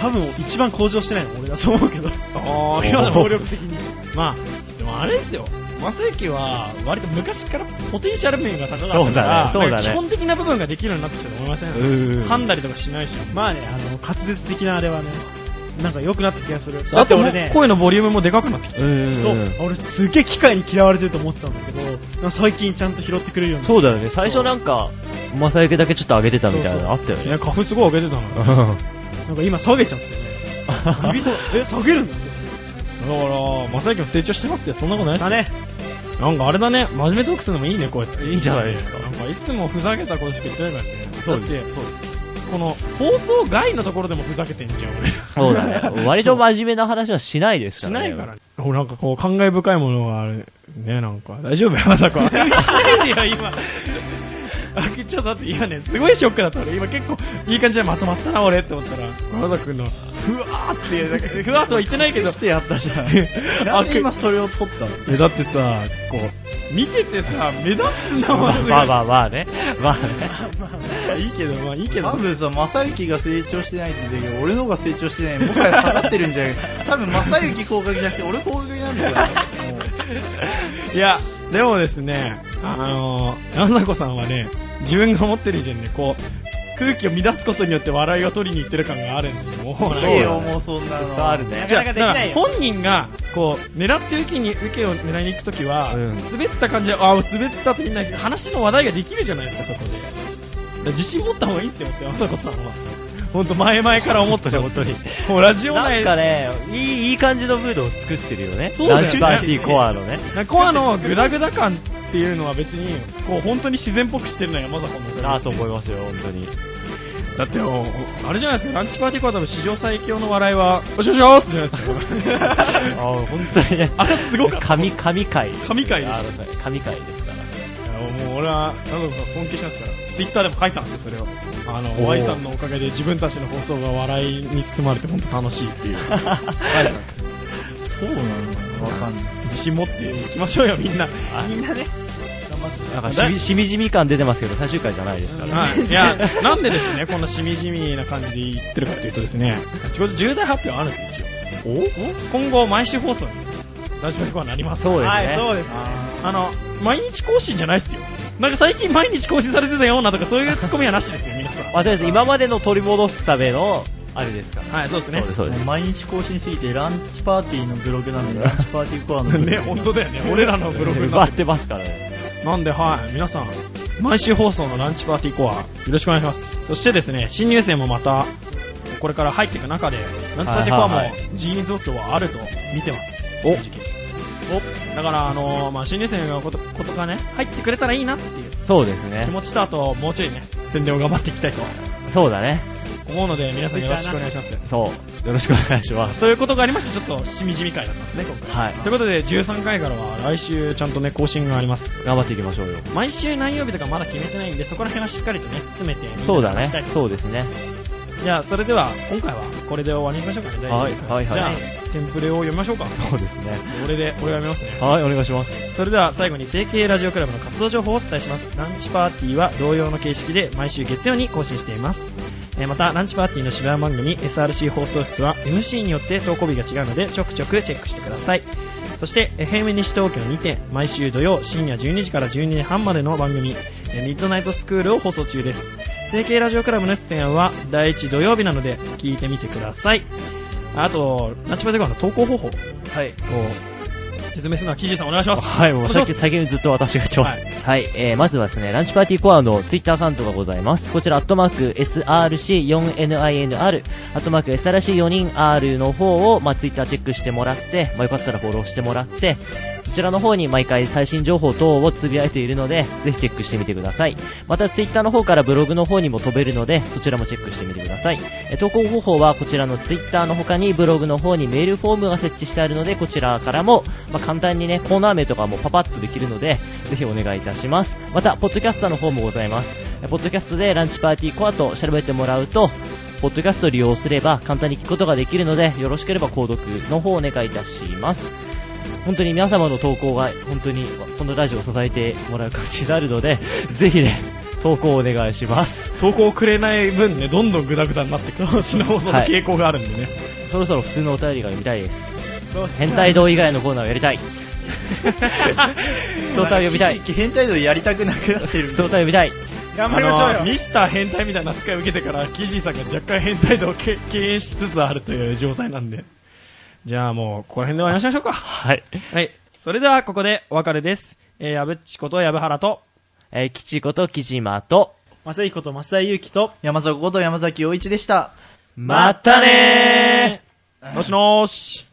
[SPEAKER 4] 多分一番向上してないの俺だと思うけど、
[SPEAKER 1] ああ、い
[SPEAKER 4] 今
[SPEAKER 1] や、で
[SPEAKER 4] の
[SPEAKER 1] も
[SPEAKER 4] 暴、力的に。
[SPEAKER 1] まあ、でもあれですよ。正幸は、割と昔からポテンシャル面が高かった
[SPEAKER 5] そう
[SPEAKER 1] から
[SPEAKER 5] だ、ねそうだね
[SPEAKER 1] なんか基本的な部分ができるようになってきたと思いません
[SPEAKER 5] うん
[SPEAKER 1] 噛んだりとかしないし。
[SPEAKER 4] まあね、あの、滑舌的なあれはね、なんか良くなった気がする。だ
[SPEAKER 1] だ
[SPEAKER 4] って俺ね、
[SPEAKER 1] 声のボリュームもでかくなってきた。
[SPEAKER 4] そう俺すげえ機械に嫌われてると思ってたんだけど、なんか最近ちゃんと拾ってくれるようになっ
[SPEAKER 5] そうだよね、最初なんか、正幸だけちょっと上げてたみたいなのあったよ
[SPEAKER 1] い
[SPEAKER 5] ね。
[SPEAKER 1] や、花粉すごい上げてたの。だか
[SPEAKER 4] た。 なんか今下げちゃってね。ビビったえ、下げるんだって。
[SPEAKER 1] ら、正幸も成長してますよ。そんなことないです
[SPEAKER 4] だ
[SPEAKER 1] よ。
[SPEAKER 4] ね。
[SPEAKER 1] なんかあれだね、真面目トークするのもいいね、こうやって。いいん
[SPEAKER 5] じゃないですか
[SPEAKER 1] なんかいつもふざけたことしか言ってないからね。
[SPEAKER 5] そうです
[SPEAKER 1] だってこの放送外のところでもふざけてんじゃん、俺。
[SPEAKER 5] そうだね。割と真面目な話はしないです
[SPEAKER 1] し
[SPEAKER 5] か
[SPEAKER 1] な
[SPEAKER 5] らね。
[SPEAKER 1] いからね。俺なんかこう、感慨深いものがある。ね、なんか。大丈夫まさか。しないでよ、今。あちょっと待って、今ね、すごいショックだった俺。今結構、いい感じでまとまったな、俺って思ったら、まさくんの、ふわーって、なんかふわーとは言ってないけど、
[SPEAKER 2] してやったじゃん。なんで今それを撮ったの
[SPEAKER 1] えだってさ、こう、見ててさ、目立つな、
[SPEAKER 5] ま
[SPEAKER 1] ま
[SPEAKER 5] あ
[SPEAKER 1] ず
[SPEAKER 5] まあまあまあね。まあね。
[SPEAKER 1] いいけど、まあいいけど
[SPEAKER 2] 多。分さ、正幸が成長してないって言うんだけど、俺の方が成長してない。もはや下がってるんじゃ ない多分正幸降格じゃなくて、俺降格になるんだよ。もう
[SPEAKER 1] いや、でもですね、あのー、山迫さんはね、自分が思ってる以上にね、こう、空気を乱すことによって笑いを取りに行ってる感があるんですよ。もう
[SPEAKER 2] いいよ、もうそんなの。
[SPEAKER 5] あるね。
[SPEAKER 1] じゃあ
[SPEAKER 4] なか
[SPEAKER 1] だ
[SPEAKER 4] なか
[SPEAKER 1] から
[SPEAKER 4] できないよ
[SPEAKER 1] 本人がこう狙ってる時に受けを狙いに行く時は、
[SPEAKER 5] うん
[SPEAKER 1] 滑った感じでああ滑ったとみんな話の話題ができるじゃないですかそこでだから自信持った方がいいですよって雅子さんは本当前々から思ってた本当にもうラジオ
[SPEAKER 5] なん
[SPEAKER 1] 内な
[SPEAKER 5] かね、いい、いい感じのムードを作ってるよね。
[SPEAKER 1] そうだよね
[SPEAKER 5] ランチパーティーコアのね。
[SPEAKER 1] んかコアのグダグダ感っていうのは別にこう本当に自然っぽくしてるのが雅子の
[SPEAKER 5] なあと思いますよ、本当に。
[SPEAKER 1] だってもうあれじゃないですかランチパーティーコア多分史上最強の笑いはおしおしおーすじゃないですか
[SPEAKER 5] ああ、本当にね。
[SPEAKER 1] あれすごかった
[SPEAKER 5] 神、神回。
[SPEAKER 1] 神回でした
[SPEAKER 5] あの神回ですから。
[SPEAKER 1] いやもう俺は長野さん尊敬してますからツイッターでも書いたんですよそれをあの
[SPEAKER 5] おー
[SPEAKER 1] Y さんのおかげで自分たちの放送が笑いに包まれて本当楽しいっていう
[SPEAKER 2] そうなのわかんない。
[SPEAKER 1] 自信持っていきましょうよみんな
[SPEAKER 5] なんかしみ、しみじみ感出てますけど、最終回じゃないですから。
[SPEAKER 1] はい、いやなんでですねこんなしみじみな感じで言ってるかというとですねちょうど重大発表あるんですよ一応今後毎週放送にラジオ局はなります
[SPEAKER 5] そうです
[SPEAKER 4] はい、
[SPEAKER 5] ね。
[SPEAKER 4] そうです。
[SPEAKER 1] あの毎日更新じゃないですよなんか最近毎日更新されてたようなとかそういうツッコミはなしですよ皆さん
[SPEAKER 5] まあ、とりあえず今までの取り戻すための、あれですから。
[SPEAKER 1] はいそうですね
[SPEAKER 5] そうです、そうです。
[SPEAKER 2] 毎日更新すぎてランチパーティーのブログなんでランチパーティーコアのブログ
[SPEAKER 1] ね本当だよね 俺らのブログにな
[SPEAKER 5] 奪
[SPEAKER 1] っ
[SPEAKER 5] っててますからね。
[SPEAKER 1] なんで、はい、皆さん、毎週放送のランチパーティーコア、よろしくお願いします。そしてですね、新入生もまた、これから入っていく中で、ランチパーティーコアも
[SPEAKER 5] はいはいは
[SPEAKER 1] 人員増強はあると見てます。
[SPEAKER 5] お
[SPEAKER 1] 正直おだから、あのーまあ、新入生がこと、ことがね、入ってくれたらいいなっていう
[SPEAKER 5] そうです
[SPEAKER 1] 気
[SPEAKER 5] ね。
[SPEAKER 1] 持ちと、あと、もうちょいね、宣伝を頑張っていきたいと
[SPEAKER 5] そうだね。
[SPEAKER 1] 思うので、皆さんよろしくお願いします。
[SPEAKER 5] そう。よろしくお願いします。
[SPEAKER 1] そういうことがありまして、ちょっとしみじみ会だったんですね、今回。
[SPEAKER 5] はい。
[SPEAKER 1] ということで、13回からは来週ちゃんとね、更新があります。
[SPEAKER 5] 頑張っていきましょうよ。
[SPEAKER 1] 毎週何曜日とかまだ決めてないんでそこら辺はしっかりとね詰めてみんなで
[SPEAKER 5] そうだね
[SPEAKER 1] 話したい。と
[SPEAKER 5] そうですね。
[SPEAKER 1] じゃあそれでは今回はこれで終わりにしましょうかね
[SPEAKER 5] は
[SPEAKER 1] 大
[SPEAKER 5] い
[SPEAKER 1] 丈夫
[SPEAKER 5] はいはい
[SPEAKER 1] じゃあテンプレを読みましょうか
[SPEAKER 5] そうですね。
[SPEAKER 1] 俺 で俺が読みますね
[SPEAKER 5] はい、お願いします。
[SPEAKER 1] それでは最後に成形ラジオクラブの活動情報をお伝えしますランチパーティーは同様の形式で毎週月曜に更新していますえーまたランチパーティーの渋谷番組 SRC 放送室は MC によって投稿日が違うのでちょくちょくチェックしてくださいそして FM 西東京にて毎週土曜深夜12時から12時半までの番組えーミッドナイトスクールを放送中です成形ラジオクラブの出演は第1土曜日なので聞いてみてくださいあとランチパーティーご飯の投稿方法を
[SPEAKER 5] はい。
[SPEAKER 1] 説明するのはキジさんお願いします
[SPEAKER 5] はい、もう最近、最近ずっと私がやってます。はい、えー、まずはですね、ランチパーティーコアのツイッターアカウントがございます。こちら、アットマーク SRC4NINR、アットマーク SRC4NR の方を、まあ、ツイッターチェックしてもらって、まあ、よかったらフォローしてもらって、そちらの方に毎回最新情報等をつぶやいているので、ぜひチェックしてみてください。また、ツイッターの方からブログの方にも飛べるので、そちらもチェックしてみてください。えー投稿方法は、こちらのツイッターの他に、ブログの方にメールフォームが設置してあるので、こちらからも、まあ、簡単にね、コーナー名とかもパパッとできるので、ぜひお願いいたします。また、ポッドキャスターの方もございます。えポッドキャストでランチパーティーコアと調べてもらうと、ポッドキャストを利用すれば簡単に聞くことができるので、よろしければ購読の方をお願いいたします。本当に皆様の投稿が本当にこのラジオを支えてもらう感じになるので、ぜひね、投稿お願いします。
[SPEAKER 1] 投稿くれない分ねどんどんグダグダになってくるうちの放送の
[SPEAKER 5] はい
[SPEAKER 1] 傾向があるんでね、
[SPEAKER 5] そろそろ普通のお便りが読みたいです。変態道以外のコーナーを やりたい。普通お便り読みたい。普
[SPEAKER 2] 変態度やりたくなくなってる
[SPEAKER 5] 通お便り読みたい。
[SPEAKER 1] 頑
[SPEAKER 4] 張りましょうよ
[SPEAKER 1] ミスター変態みたいな扱いを受けてからキジーさんが若干変態度をけ 敬遠しつつあるという状態なんでじゃあもうここら辺で終わりましょうか
[SPEAKER 5] はい。
[SPEAKER 1] はいそれではここでお別れですえーやぶっちことやぶはらと
[SPEAKER 5] えー、吉こと吉島と、
[SPEAKER 4] 正彦と増田祐樹と、
[SPEAKER 2] 山崎こと山崎陽一でした
[SPEAKER 5] またねー
[SPEAKER 1] のしのーし